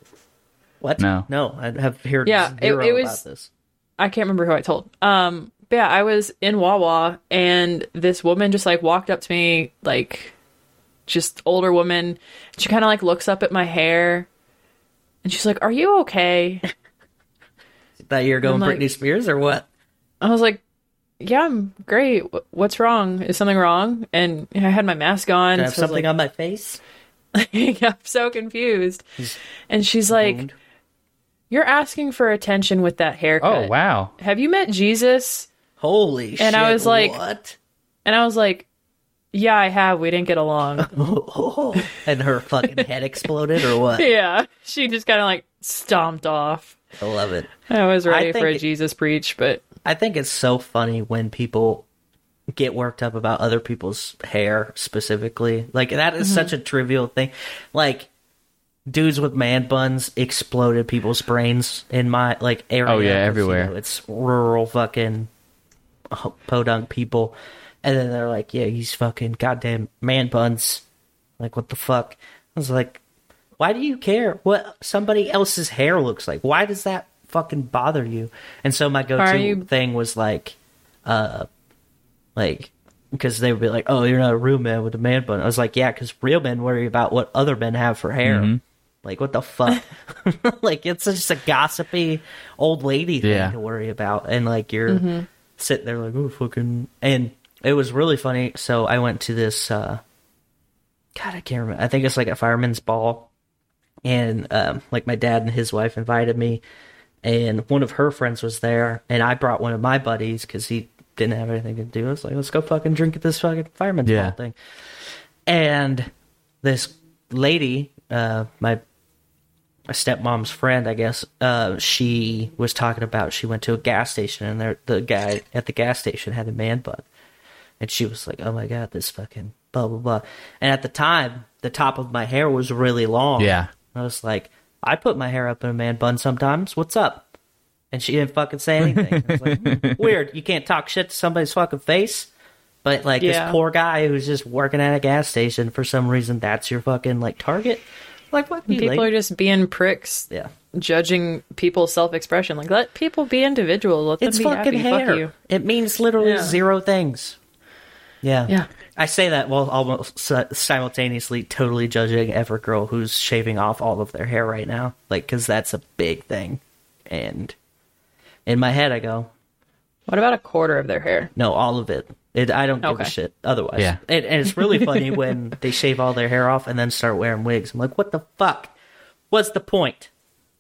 S4: What?
S5: No.
S4: no. I have heard
S6: Yeah, it-
S4: zero
S6: it was-
S4: about this.
S6: I can't remember who I told. Um, but yeah, I was in Wawa and this woman just like walked up to me, like just older woman. She kind of like looks up at my hair and she's like, "Are you okay?"
S4: That you're going
S6: I'm like-
S4: Britney Spears or what?
S6: I was like, "Yeah, I'm great. Wh- What's wrong? Is something wrong?" And I had my mask on.
S4: I have
S6: so I was
S4: something
S6: like,
S4: on my face.
S6: I'm so confused. And she's like,
S4: Owned.
S6: "You're asking for attention with that haircut.
S5: Oh wow.
S6: Have you met Jesus?"
S4: Holy shit.
S6: I was like-
S4: what?
S6: And I was like, "Yeah, I have. We didn't get along." "Oh."
S4: And her fucking head exploded or what?
S6: yeah, she just kind of like stomped off.
S4: I love it.
S6: I was ready for a
S4: think-
S6: Jesus preach, but
S4: I think it's so funny when people get worked up about other people's hair specifically. Like that
S6: Mm-hmm.
S4: is such a trivial thing. Like dudes with man buns exploded people's brains in my like area.
S5: Oh, yeah,
S4: It's, you
S5: everywhere.
S4: know, it's rural fucking ho- podunk people, and then they're like, "Yeah, he's fucking goddamn man buns." Like what the fuck? I was like, why do you care what somebody else's hair looks like? Why does that fucking bother you? And so my
S6: Are
S4: go-to
S6: you-
S4: thing was like, uh, like because they would be like, "Oh, you're not a real man with a man bun." I was like, "Yeah, because real men worry about what other men have for hair." Like, what the fuck? like, it's just a gossipy old lady thing
S5: Yeah.
S4: to worry about, and like you're
S6: Mm-hmm.
S4: sitting there like, "Oh, fucking," and it was really funny. So I went to this. uh God, I can't remember. I think it's like a fireman's ball and um, like my dad and his wife invited me and one of her friends was there and i brought one of my buddies because he didn't have anything to do i was like let's go fucking drink at this fucking fireman's
S5: Yeah.
S4: ball thing and this lady uh, my my stepmom's friend, I guess, uh, she was talking about she went to a gas station and there the guy at the gas station had a man bun. And she was like, Oh my god, this fucking blah blah blah. And at the time, the top of my hair was really long.
S5: Yeah.
S4: I was like, I put my hair up in a man bun sometimes. What's up? And she didn't fucking say anything. I was like, "Hmm, weird. You can't talk shit to somebody's fucking face. But like
S6: Yeah.
S4: this poor guy who's just working at a gas station for some reason, that's your fucking like target. Like what? you,
S6: People
S4: lady?
S6: are just being pricks,
S4: yeah.
S6: judging people's self expression. Like, let people be individuals. Let them
S4: It's
S6: be
S4: fucking
S6: happy.
S4: hair.
S6: Fuck you.
S4: It means literally
S6: Yeah.
S4: zero things. Yeah.
S6: Yeah.
S4: I say that while almost si- simultaneously totally judging every girl who's shaving off all of their hair right now. Like, because that's a big thing. And in my head, I go,
S6: What about a quarter of their hair?
S4: no, all of it. It, I don't give a
S6: Okay.
S4: shit otherwise.
S5: Yeah.
S4: And, and it's really funny when they shave all their hair off and then start wearing wigs. I'm like, what the fuck? What's the point?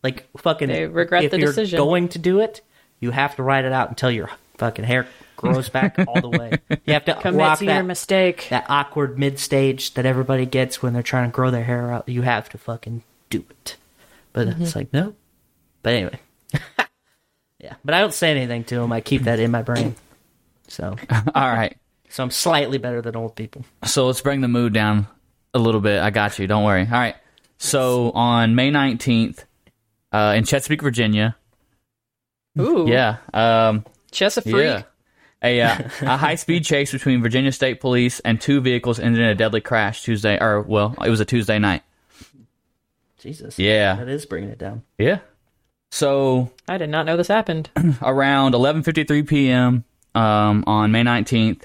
S4: Like, fucking.
S6: They regret
S4: if
S6: the
S4: you're
S6: decision.
S4: going to do it, you have to ride it out until your fucking hair grows back all the way. You have to
S6: Commit
S4: rock
S6: to
S4: that,
S6: your mistake.
S4: that awkward mid stage that everybody gets when they're trying to grow their hair out. You have to fucking do it. But it's like, no. But anyway. yeah. But I don't say anything to them. I keep that in my brain. So.
S5: All right.
S4: So I'm slightly better than old people.
S5: So let's bring the mood down a little bit. I got you. Don't worry. All right. So on May 19th, uh, in Chesapeake, Virginia.
S6: Ooh.
S5: Yeah. Um,
S6: Chesapeake.
S5: yeah. A, uh, a high speed chase between Virginia State Police and two vehicles ended in a deadly crash Tuesday, or, well, it was a Tuesday night.
S4: Jesus.
S5: Yeah.
S4: That is bringing it down.
S5: Yeah. So
S6: I did not know this happened.
S5: around 11:53 p.m. Um, on May 19th,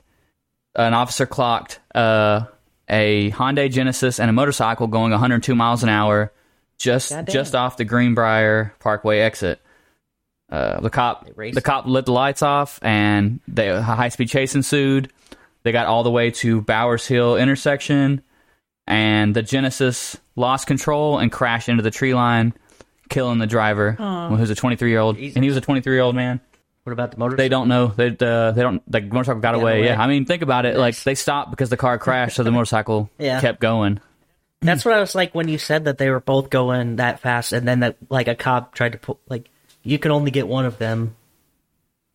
S5: an officer clocked uh, a Hyundai Genesis and a motorcycle going 102 miles an hour just
S4: Goddamn.
S5: just off the Greenbrier Parkway exit. Uh, the cop
S4: raced.
S5: the cop lit the lights off, and they, a high speed chase ensued. They got all the way to Bowers Hill intersection, and the Genesis lost control and crashed into the tree line, killing the driver, who's a 23 year old, and he was a 23 year old man
S4: What about the motor?
S5: they don't know they uh, they don't the motorcycle got away.
S4: away.
S5: Yeah, I mean think about it. Like they stopped because the car crashed, so the motorcycle
S4: Yeah.
S5: kept going.
S4: That's what I was like when you said that they were both going that fast, and then that like a cop tried to pull. Like you can only get one of them.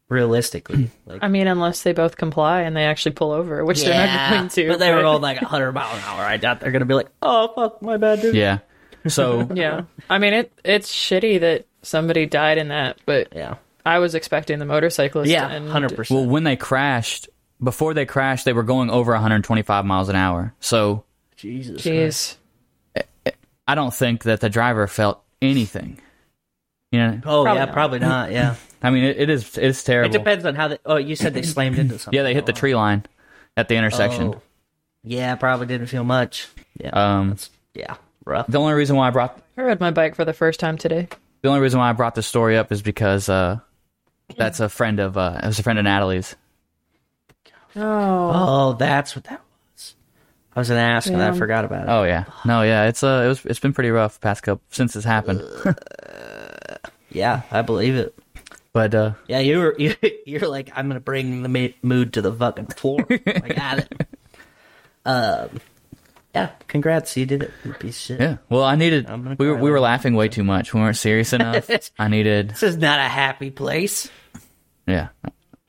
S4: Realistically, like
S6: I mean, unless they both comply and they actually pull over, which they're not going to.
S4: but they were all like 100 mile an hour. I doubt they're gonna be like, oh fuck, my bad, dude.
S5: Yeah. So
S6: Yeah. I mean, it it's shitty that somebody died in that, but
S4: Yeah,
S6: I was expecting the motorcyclist.
S4: yeah,
S6: and
S4: hundred
S5: well,
S4: percent.
S5: when they crashed, before they crashed, they were going over 125 miles an hour. So
S4: Jesus,
S6: Jeez.
S5: I don't think that the driver felt anything. You know,
S4: oh
S6: Probably
S4: yeah,
S6: not.
S4: probably not. Yeah,
S5: I mean it, it is it is
S4: it
S5: terrible.
S4: depends on how. They, oh, you said they slammed into something.
S5: yeah, they
S6: Oh.
S5: hit the tree line at the intersection.
S4: Oh. Yeah, probably didn't feel much. Yeah,
S5: Um,
S4: yeah, rough.
S5: the only reason why I brought
S6: I rode my bike for the first time today.
S5: the only reason why I brought this story up is because uh, that's a friend of uh, it was a friend of Natalie's.
S6: Oh.
S4: Oh, that's what that was. I was gonna ask, and I
S6: Yeah.
S4: forgot about it.
S5: Oh yeah, no, yeah, it's uh, it was, it's been pretty rough past couple since this happened.
S4: Yeah, I believe it.
S5: But uh,
S4: Yeah, you were you, you're like I'm gonna bring the ma- mood to the fucking floor. I got it. Um, yeah, congrats, you did it. You piece of shit.
S5: yeah, well, I needed
S4: I'm gonna
S5: we were
S4: cry
S5: we were
S4: later.
S5: laughing way too much. We weren't serious enough. I needed
S4: This is not a happy place.
S5: yeah.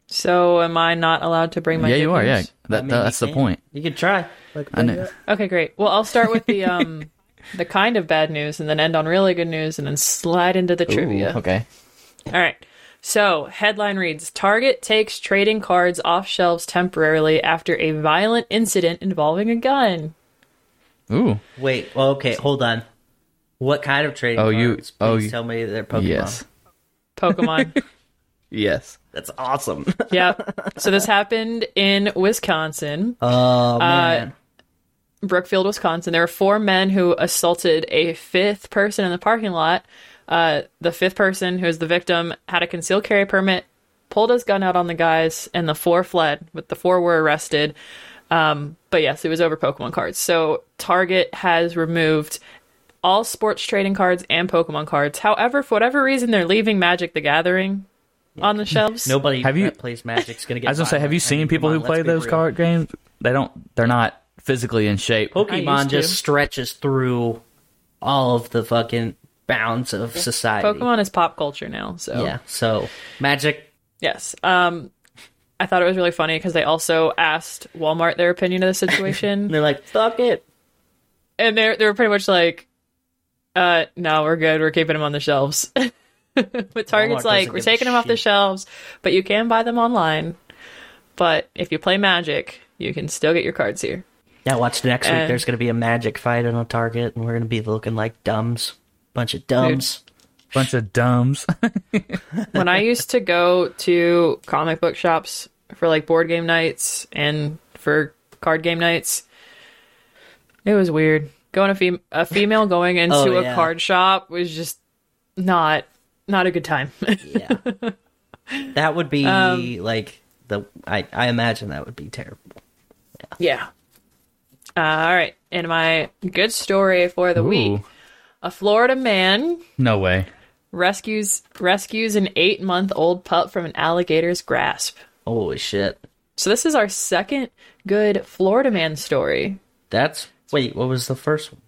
S6: So am I not allowed to bring my?
S5: yeah, you
S6: good
S5: are. Yeah,
S6: news?
S5: that,
S4: I mean,
S5: that-
S4: you
S5: that's the
S4: can.
S5: point.
S4: You could try. Look,
S5: I know.
S6: Okay, great. Well, I'll start with the um, the kind of bad news, and then end on really good news, and then slide into the trivia.
S5: Ooh, okay.
S6: All right. So, headline reads Target takes trading cards off shelves temporarily after a violent incident involving a gun.
S5: Ooh,
S4: Wait. well, okay. Hold on. What kind of trading?
S5: Oh, you-
S4: cards?
S5: oh,
S4: Please
S5: you-
S4: tell me they're Pokemon.
S5: yes,
S6: Pokemon.
S5: yes.
S4: That's awesome.
S6: yep. So, this happened in Wisconsin.
S4: Oh man.
S6: Brookfield, Wisconsin. There were four men who assaulted a fifth person in the parking lot. Uh, the fifth person, who is the victim, had a concealed carry permit, pulled his gun out on the guys, and the four fled. But the four were arrested. Um, but yes, it was over Pokemon cards. So Target has removed all sports trading cards and Pokemon cards. However, for whatever reason, they're leaving Magic the Gathering on the shelves.
S4: Nobody
S5: Have you-
S4: that plays Magic's gonna get.
S5: I was gonna say,
S4: violent.
S5: have you
S4: I
S5: seen
S4: mean,
S5: people
S4: come
S5: who
S4: on,
S5: play
S4: let's be
S5: those
S4: real.
S5: card games? They don't. They're not physically in shape.
S6: I
S4: Pokemon
S6: used to.
S4: just stretches through all of the fucking bounds of society.
S6: Pokemon is pop culture now. So
S4: Yeah. So Magic.
S6: Yes. Um, I thought it was really funny because they also asked Walmart their opinion of the situation,
S4: They're like, fuck it.
S6: and they're they're pretty much like, uh, "No, we're good. We're keeping them on the shelves." but Target's
S4: Walmart
S6: like,
S4: doesn't
S6: "We're
S4: give a
S6: taking them off the
S4: shit."
S6: shelves, but you can buy them online. But if you play Magic, you can still get your cards here."
S4: Now watch next week.
S6: Uh,
S4: There's gonna be a Magic fight on a Target, and we're gonna be looking like dumbs, bunch of dumbs.
S5: Bunch of dumbs.
S6: when I used to go to comic book shops for like board game nights and for card game nights, it was weird. Going a, fem- a female going into
S4: Oh,
S6: a
S4: yeah.
S6: card shop was just not not a good time.
S4: Yeah. that would be like the. I I imagine that would be terrible.
S6: yeah. Uh, all right, and my good story for the week:
S5: Ooh,
S6: a Florida man
S5: no way.
S6: rescues rescues an eight month old pup from an alligator's grasp.
S4: Holy shit.
S6: So this is our second good Florida man story.
S4: That's wait. What was the first one?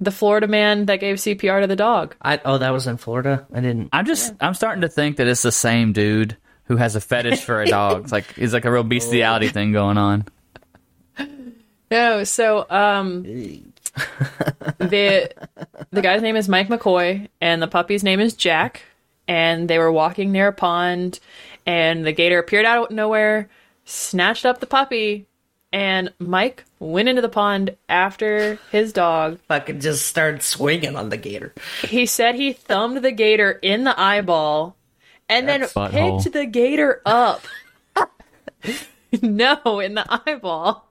S6: the Florida man that gave CPR to the dog.
S4: I oh that was in Florida. I didn't.
S5: I'm just. I'm starting to think that it's the same dude who has a fetish for a dog. It's like it's like a real bestiality
S6: Oh.
S5: thing going on.
S6: No, so um the the guy's name is Mike McCoy and the puppy's name is Jack and they were walking near a pond and the gator appeared out of nowhere, snatched up the puppy and Mike went into the pond after his dog.
S4: Fucking just started swinging on the gator.
S6: He said he thumbed the gator in the eyeball and then
S5: That butthole.
S6: picked the gator up. no, in the eyeball.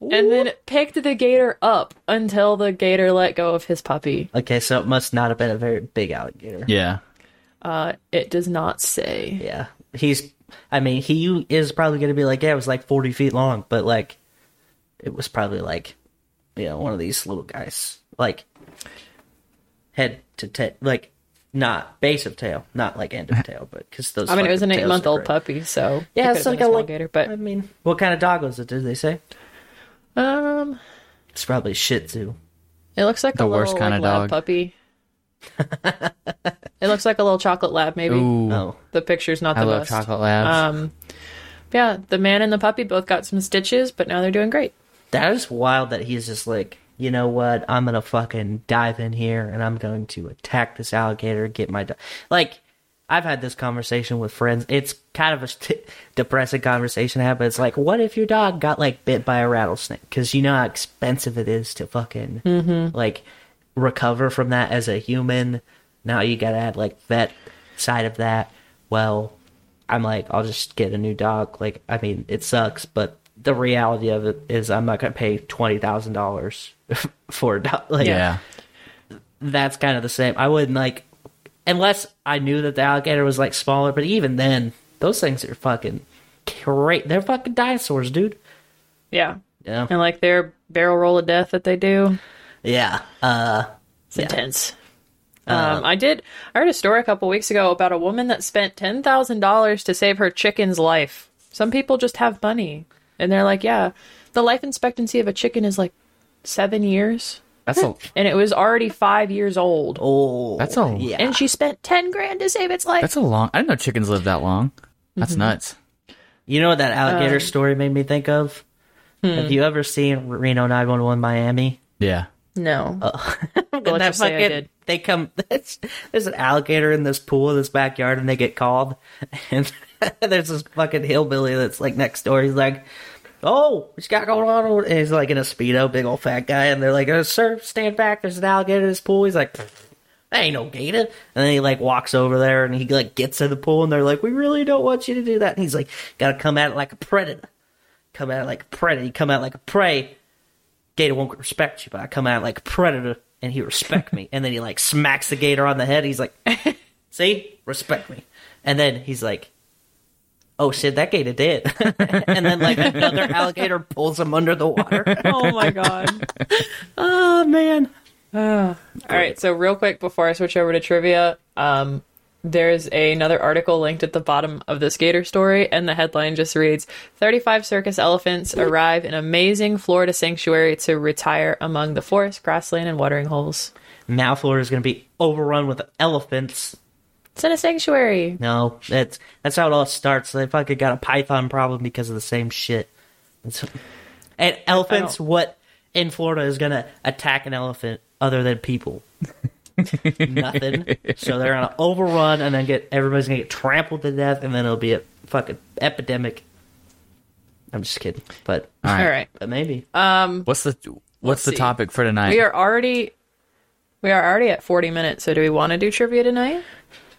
S6: And then picked the gator up until the gator let go of his puppy.
S4: Okay, so it must not have been a very big alligator.
S5: Yeah.
S6: Uh, it does not say.
S4: Yeah, he's. I mean, he is probably going to be like, yeah, it was like forty feet long, but like, it was probably like, you know, one of these little guys, like head to tail, like not base of tail, not like end of tail, but because those.
S6: I mean, it was an
S4: fucking tails are
S6: eight-month-old
S4: great.
S6: puppy, so it
S4: Yeah,
S6: could've
S4: it's
S6: been
S4: like
S6: a
S4: a
S6: small
S4: like,
S6: gator.
S4: I
S6: But
S4: mean, what kind of dog was it? Did they say
S6: um,
S4: it's probably Shih Tzu?
S6: it looks like
S5: The
S6: a
S5: worst
S6: little,
S5: kinda dog.
S6: like, lab puppy. it looks like a little chocolate lab, maybe.
S5: Ooh.
S4: Oh,
S6: The picture's not
S5: I
S6: the
S5: love
S6: best.
S5: chocolate labs.
S6: Um, yeah, the man and the puppy both got some stitches, but now they're doing great.
S4: That is wild that he's just like, you know what? I'm gonna fucking dive in here and I'm going to attack this alligator, get my. Do-. Like, I've had this conversation with friends. It's kind of a st- depressing conversation to have, but it's like, what if your dog got like bit by a rattlesnake? Because you know how expensive it is to fucking like recover from that as a human. Now you gotta add like vet side of that. Well, I'm like, I'll just get a new dog. Like, I mean, it sucks, but the reality of it is, I'm not gonna pay twenty thousand dollars for a dog. Like,
S5: yeah.
S4: that's kind of the same. I wouldn't like, unless I knew that the alligator was like smaller. But even then, those things are fucking great. They're fucking dinosaurs, dude.
S6: Yeah.
S4: Yeah,
S6: And like their barrel roll of death that they do,
S4: yeah. Uh,
S6: it's intense. Um, I did. I heard a story a couple weeks ago about a woman that spent ten thousand dollars to save her chicken's life. Some people just have money, and they're like, "Yeah, the life expectancy of a chicken is like seven years,
S5: That's a.
S6: and it was already five years old,
S4: oh,
S5: That's a.
S4: yeah.
S6: and she spent ten grand to save its life."
S5: That's a long. I didn't know chickens lived that long. That's
S6: Mm-hmm.
S5: nuts.
S4: You know what that alligator story made me think of? Have you ever seen Reno 911 Miami?
S5: Yeah.
S6: No.
S4: And
S6: let's
S4: that
S6: just say I
S4: fucking-
S6: did.
S4: They come. There's, there's an alligator in this pool in this backyard, and they get called. And there's this fucking hillbilly that's like next door. He's like, "Oh, what you got going on?" over-" And he's like in a speedo, big old fat guy, and they're like, oh, "Sir, stand back. There's an alligator in this pool." He's like. That ain't no gator. And then he like walks over there and he like gets in the pool and they're like, We really don't want you to do that. And he's like, Gotta come at it like a predator. Come at it like a predator. You come at it like a prey. Gator won't respect you, but I come out like a predator and he respect me. And then he like smacks the gator on the head. He's like, see, respect me. And then he's like, oh shit, that gator did. and then like another alligator pulls him under the water.
S6: oh my god.
S4: Oh man.
S6: All right. So real quick before I switch over to trivia, um, there's another article linked at the bottom of this gator story, and the headline just reads 35 circus elephants arrive in amazing Florida sanctuary to retire among the forest, grassland, and watering holes.
S4: Now Florida's gonna be overrun with elephants.
S6: It's in a sanctuary.
S4: No, that's that's how it all starts. They fucking got a python problem because of the same shit. It's, and elephants,
S6: I
S4: what in Florida is gonna attack an elephant other than people? Nothing. So they're gonna overrun and then get everybody's gonna get trampled to death, and then it'll be a fucking epidemic. I'm just kidding, but
S5: All right.
S6: All right.
S4: but maybe Uh,
S5: What's the what's the
S6: Mm-hmm. see.
S5: topic for tonight?
S6: We are already we are already at 40 minutes, so do we want to do trivia tonight?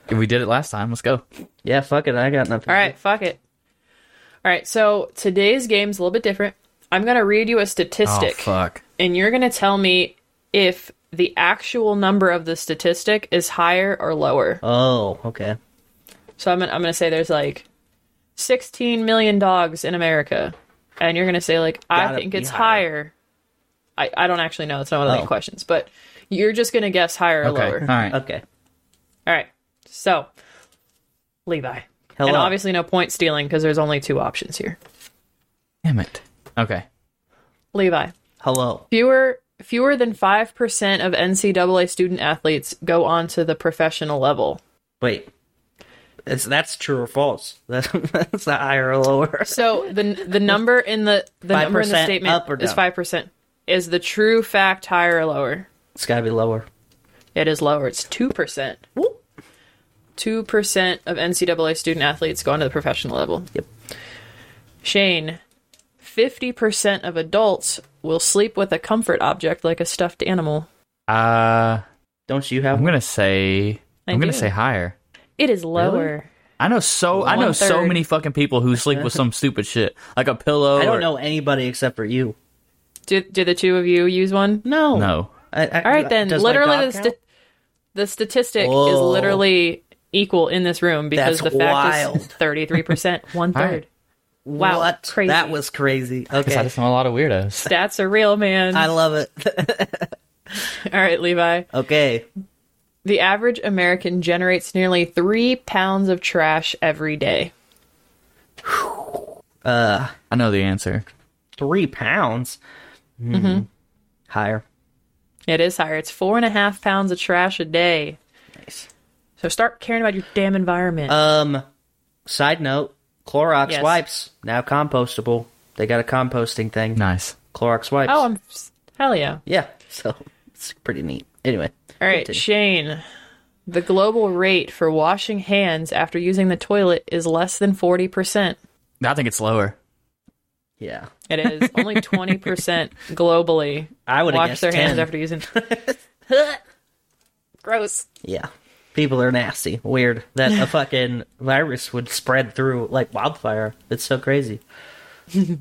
S5: we did it last time. Let's go.
S4: yeah, fuck it. I got nothing.
S6: All right, fuck it. All right, so today's game's a little bit different. I'm going to read you a statistic.
S5: Oh fuck.
S6: and you're going to tell me if the actual number of the statistic is higher or lower.
S4: Oh, okay.
S6: So I'm gonna, I'm going to say there's like 16 million dogs in America, and you're going to say like I
S4: Gotta
S6: think
S4: be
S6: it's
S4: higher.
S6: higher. I I don't actually know. It's not one of the
S4: Oh.
S6: main questions, but you're just going to guess higher or
S5: Okay.
S6: lower.
S5: All right.
S4: Okay.
S6: All right. So Levi.
S4: Hello.
S6: And obviously no point stealing because there's only two options here.
S5: Damn it. Okay.
S6: Levi.
S4: Hello.
S6: Fewer fewer than 5% of NCAA student athletes go on to the professional level.
S4: Wait. It's, that's true or false. That's, that's not higher or lower.
S6: So the the number in the the number in the
S4: 5%
S6: statement
S4: up or
S6: is
S4: down?
S6: 5%. Is the true fact higher or lower?
S4: It's gotta be lower.
S6: It is lower. It's 2%.
S4: Whoop.
S6: 2% of NCAA student athletes go on to the professional level.
S4: Yep.
S6: Shane, 50% of adults will sleep with a comfort object like a stuffed animal.
S5: Uh,
S4: Don't you have
S5: I'm gonna say
S6: I
S5: I am gonna
S6: do.
S5: say higher.
S6: It is lower.
S5: I know so I know so
S6: One-third.
S5: many fucking people who sleep with some stupid shit like a pillow.
S4: I
S5: or-
S4: don't know anybody except for you.
S6: Do, do the two of you use one?
S4: No.
S5: No.
S4: I, I,
S6: All right, then.
S4: does my
S6: literally,
S4: dog
S6: the, sti-
S4: count?
S6: the statistic is
S4: Whoa.
S6: literally equal in this room because
S4: That's
S6: the fact
S4: wild.
S6: is 33%, one
S5: All right.
S6: third. Wow.
S4: What?
S6: Crazy.
S4: That was crazy. Okay.
S5: 'Cause I
S4: I,
S5: just know a lot of weirdos.
S6: Stats are real, man.
S4: love it.
S6: All right, Levi.
S4: okay.
S6: The average American generates nearly three pounds of trash every day.
S5: I know the answer.
S4: Three pounds. Hmm.
S6: Mm-hmm.
S4: Higher.
S6: It is higher. It's four and a half pounds of trash a day.
S4: Nice.
S6: So start caring about your damn environment.
S4: Um. Side note: Clorox
S6: Yes.
S4: wipes now compostable. They got a composting thing.
S5: Nice.
S4: Clorox wipes.
S6: oh, I'm hell yeah.
S4: yeah. So it's pretty neat. Anyway.
S6: All right,
S4: continue.
S6: Shane. The global rate for washing hands after using the toilet is less than 40%.
S5: I think it's lower.
S4: yeah.
S6: It is only 20% globally
S4: I would
S6: wash their hands after using. Gross.
S4: Yeah. People are nasty. Weird that a fucking virus would spread through like wildfire. It's so crazy.
S6: All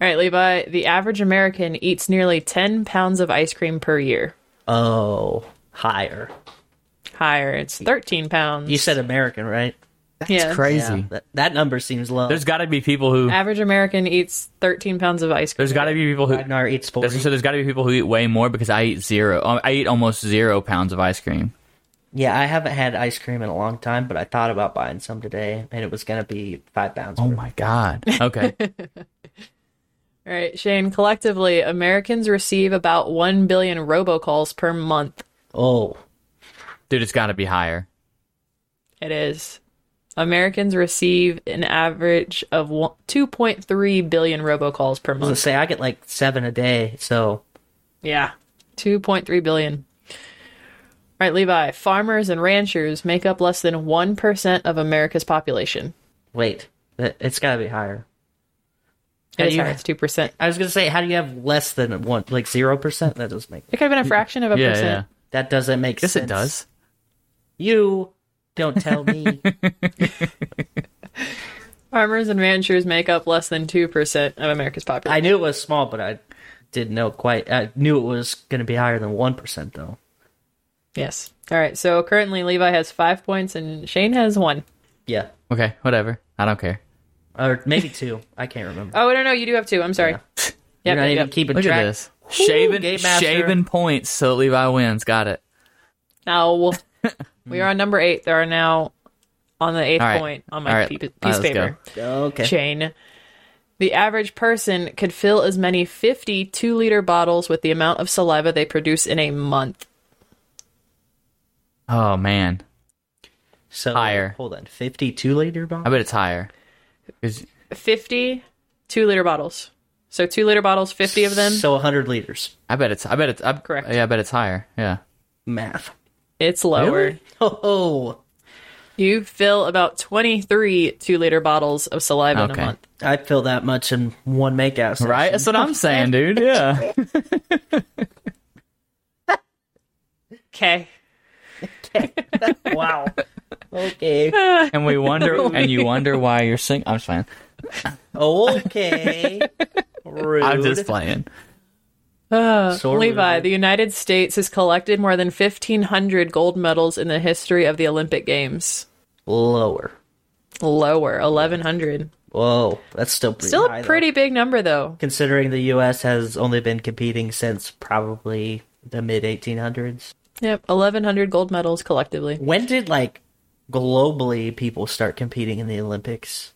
S6: right, Levi. The average American eats nearly 10 pounds of ice cream per year.
S4: Oh, higher.
S6: Higher. It's 13 pounds.
S4: You said American, right?
S6: Yes.
S5: Crazy.
S4: That, that number seems low.
S5: There's got to be people who.
S6: Average American eats 13 pounds of ice cream.
S5: There's got to be people who.
S4: Ragnar eats
S5: That's what I
S4: 40.
S5: said, there's got to be people who eat way more because I eat zero. um, I eat almost zero pounds of ice cream.
S4: Yeah, I haven't had ice cream in a long time, but I thought about buying some today, and it was going to be five pounds.
S5: Oh
S4: worth.
S5: my god. Okay.
S6: All right, Shane. Collectively, Americans receive about 1 billion robocalls per month.
S4: Oh,
S5: Dude, it's got to be higher.
S6: It is. Americans receive an average of one- 2.3 billion robocalls per
S4: I was gonna
S6: month.
S4: say I get like seven a day, so
S6: Yeah. 2.3 billion. Right, Levi. Farmers and ranchers make up less than 1% of America's population.
S4: wait, it- it's got to be higher.
S6: It
S4: How
S6: is
S4: do you-
S6: higher. It's 2%.
S4: I was gonna say, how do you have less than one, like zero percent? That doesn't make
S6: It could have been a fraction of a
S5: Yeah, yeah.
S6: percent.
S4: that doesn't make
S5: Yes,
S4: sense.
S5: it does.
S4: You don't tell me.
S6: Farmers and ranchers make up less than 2% of America's
S4: I
S6: population.
S4: knew it was small, but I didn't know quite. I knew it was gonna be higher than one percent though.
S6: yes. All right. So currently, Levi has five points and Shane has one.
S4: Yeah,
S5: Okay, whatever. I don't care.
S4: or maybe two. I can't remember.
S6: Oh, no, no. You do have two. I'm sorry.
S4: You're
S6: Yep,
S4: not
S6: yep,
S4: even
S6: yep.
S4: keeping
S5: Look
S4: track.
S5: at this. Shaving,
S4: Game Master.
S5: shaving points so that Levi wins. Got it.
S6: No. we are on number eight. There are now on the eighth
S5: All right.
S6: point on
S5: All
S6: my
S5: right.
S6: pe- piece
S5: All right,
S6: of
S5: let's go.
S6: paper.
S4: Okay.
S6: chain. The average person could fill as many 50 two liter bottles with the amount of saliva they produce in a month.
S5: Oh man,
S4: So
S5: Higher.
S4: Hold on, fifty-two liter bomb.
S5: I bet it's higher. 'Cause-
S6: 50 two liter bottles. So, two liter bottles, 50 of them.
S4: So hundred liters.
S5: I bet it's. I bet it's. I,
S6: Correct.
S5: Yeah, I bet it's higher. Yeah.
S4: Math.
S6: it's lower.
S5: Really?
S4: Oh,
S6: You fill about 23 two liter bottles of saliva in
S5: Okay.
S6: a month.
S4: I feel that much in one makeout. Session.
S5: Right. That's what I'm saying, dude. Yeah.
S6: Okay.
S4: Wow. Okay.
S5: and we wonder, and you wonder why you're sing. I'm just playing.
S4: Okay. Rude.
S5: I'm just playing.
S4: Sort
S6: Levi,
S4: of.
S6: the United States has collected more than 1,500 gold medals in the history of the Olympic Games.
S4: Lower.
S6: Lower, 1,100.
S4: Whoa, that's still pretty
S6: Still
S4: high,
S6: a
S4: though.
S6: pretty big number, though.
S4: Considering the U.S. has only been competing since probably the mid 1800s.
S6: Yep, 1,100 gold medals collectively.
S4: When did like globally people start competing in the Olympics?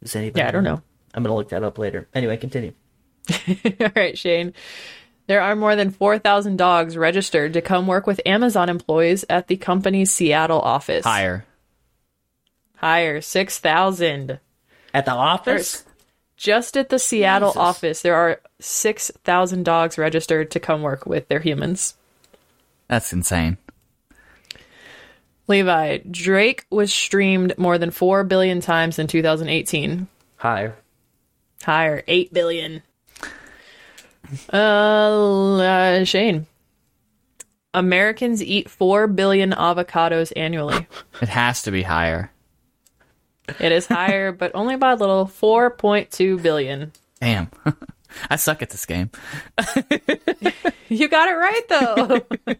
S4: Is anybody?
S6: Yeah, I don't know.
S4: I'm gonna look that up later. Anyway, continue.
S6: All right, Shane. There are more than 4,000 dogs registered to come work with Amazon employees at the company's Seattle office.
S5: Higher.
S6: Higher, 6,000.
S4: At the office.
S6: Just at the Seattle
S4: Jesus.
S6: office, there are 6,000 dogs registered to come work with their humans.
S5: That's insane.
S6: Levi, Drake was streamed more than 4 billion times in 2018.
S4: Higher.
S6: Higher, 8 billion. Uh, uh, Shane. Americans eat 4 billion avocados annually.
S5: It has to be higher.
S6: It is higher, but only by a little 4.2 billion.
S5: Damn. I suck at this game.
S6: You got it right, though.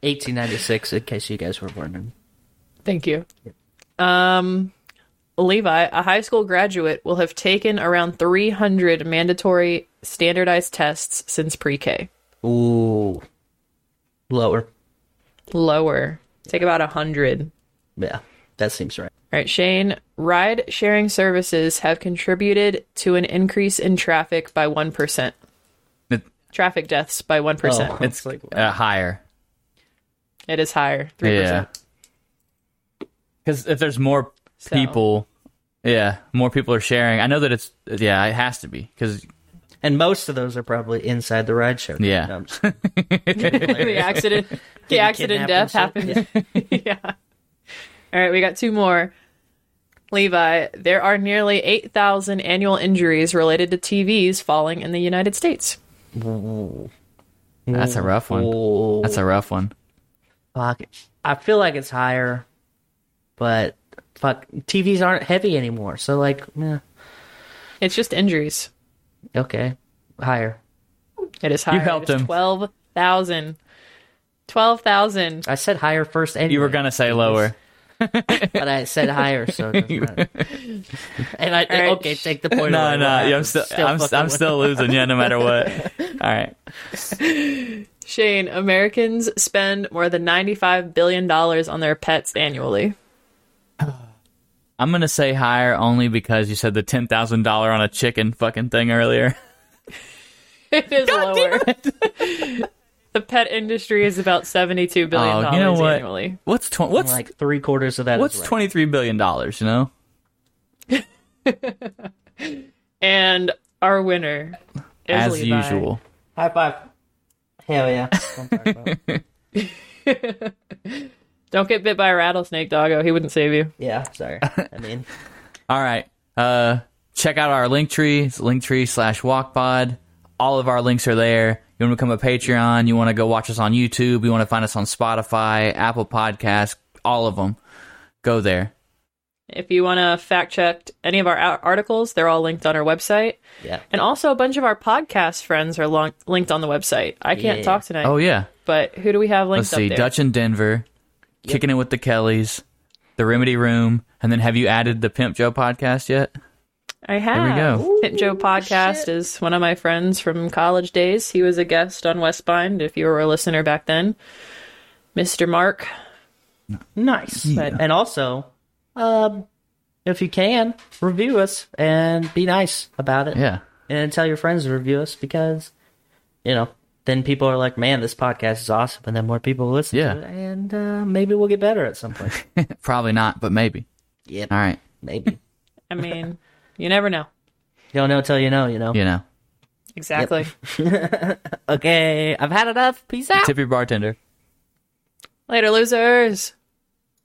S4: 1896. In case you guys were wondering.
S6: Thank you. Um, Levi, a high school graduate, will have taken around 300 mandatory standardized tests since pre K.
S4: Ooh. Lower.
S6: Lower. Take about 100.
S4: Yeah, that seems right.
S6: All right, Shane, ride sharing services have contributed to an increase in traffic by 1%.
S5: It-
S6: Traffic deaths by 1%.
S4: Oh.
S5: It's uh, higher.
S6: It is higher, 3%.
S5: Yeah. Because if there's more people, yeah, more people are sharing. I know that it's yeah, it has to be because
S4: And most of those are probably inside the ride show.
S5: Yeah.
S4: No, I'm just kidding.
S6: the accident the accident death
S4: Kidnapped and
S6: happened
S4: shit. Yeah.
S6: yeah all right we got two more levi there are nearly 8000 annual injuries related to tvs falling in the united states
S5: that's a rough one.
S4: Ooh,
S5: That's a rough one.
S4: fuck. I feel like it's higher, but fuck, TVs aren't heavy anymore. So like, eh,
S6: it's just injuries
S4: okay, higher.
S6: it is high
S5: helped him.
S6: 12000 12000
S4: I said higher first, anyway,
S5: You were gonna say lower.
S4: but I said higher, so it doesn't matter. and I
S6: right.
S4: okay, take the point.
S5: No,
S4: away.
S5: no,
S4: What
S5: yeah, I'm
S4: happens?
S5: still, I'm,
S4: fucking
S5: I'm
S4: win.
S5: still losing. Yeah, no matter what. All right,
S6: shane americans spend more than 95 billion dollars on their pets annually
S5: I'm gonna say higher only because you said the ten thousand dollar on a chicken fucking thing earlier.
S6: it is lower The pet industry is about seventy-two billion
S5: Oh,
S6: dollars
S5: you know what?
S6: annually.
S5: What's tw- what's
S4: like three quarters of that. is
S5: what's
S4: labor.
S5: twenty three billion dollars? You know,
S6: And our winner, is
S5: as
S6: Levi.
S5: usual.
S4: High five. Hell yeah. I'm sorry about it.
S6: Don't get bit by a rattlesnake, doggo. He wouldn't save you.
S4: yeah, sorry. I mean,
S5: All right. Uh, check out our link tree. It's linktree slash walkpod. All of our links are there. You want to become a Patreon. You want to go watch us on YouTube. You want to find us on Spotify, Apple Podcasts, all of them. Go there.
S6: If you want to fact check any of our ar- articles, they're all linked on our website.
S4: yeah.
S6: And also, a bunch of our podcast friends are long- linked on the website. I can't
S4: Yeah.
S6: talk tonight,
S5: Oh, yeah.
S6: but who do we have linked
S5: Let's see.
S6: up there?
S5: Dutch in Denver, kicking it with the Kellys, the Remedy Room, and then have you added the Pimp Joe podcast yet?
S6: I have.
S5: go.
S6: Pimp Joe podcast is one of my friends from college days. He was a guest on Westbind. If you were a listener back then, Mr. Mark.
S4: Nice. And also, um, if you can, review us and be nice about it.
S5: Yeah.
S4: And tell your friends to review us because, you know, then people are like, man, this podcast is awesome. And then more people listen
S5: Yeah.
S4: to it. And uh, maybe we'll get better at some point.
S5: Probably not, but maybe.
S4: Yep.
S5: All right.
S4: maybe.
S6: I mean, you never know.
S4: Don't know till you know, you know.
S5: You know,
S6: Exactly.
S4: Okay, I've had enough. Peace out.
S5: tip your bartender.
S6: Later, losers.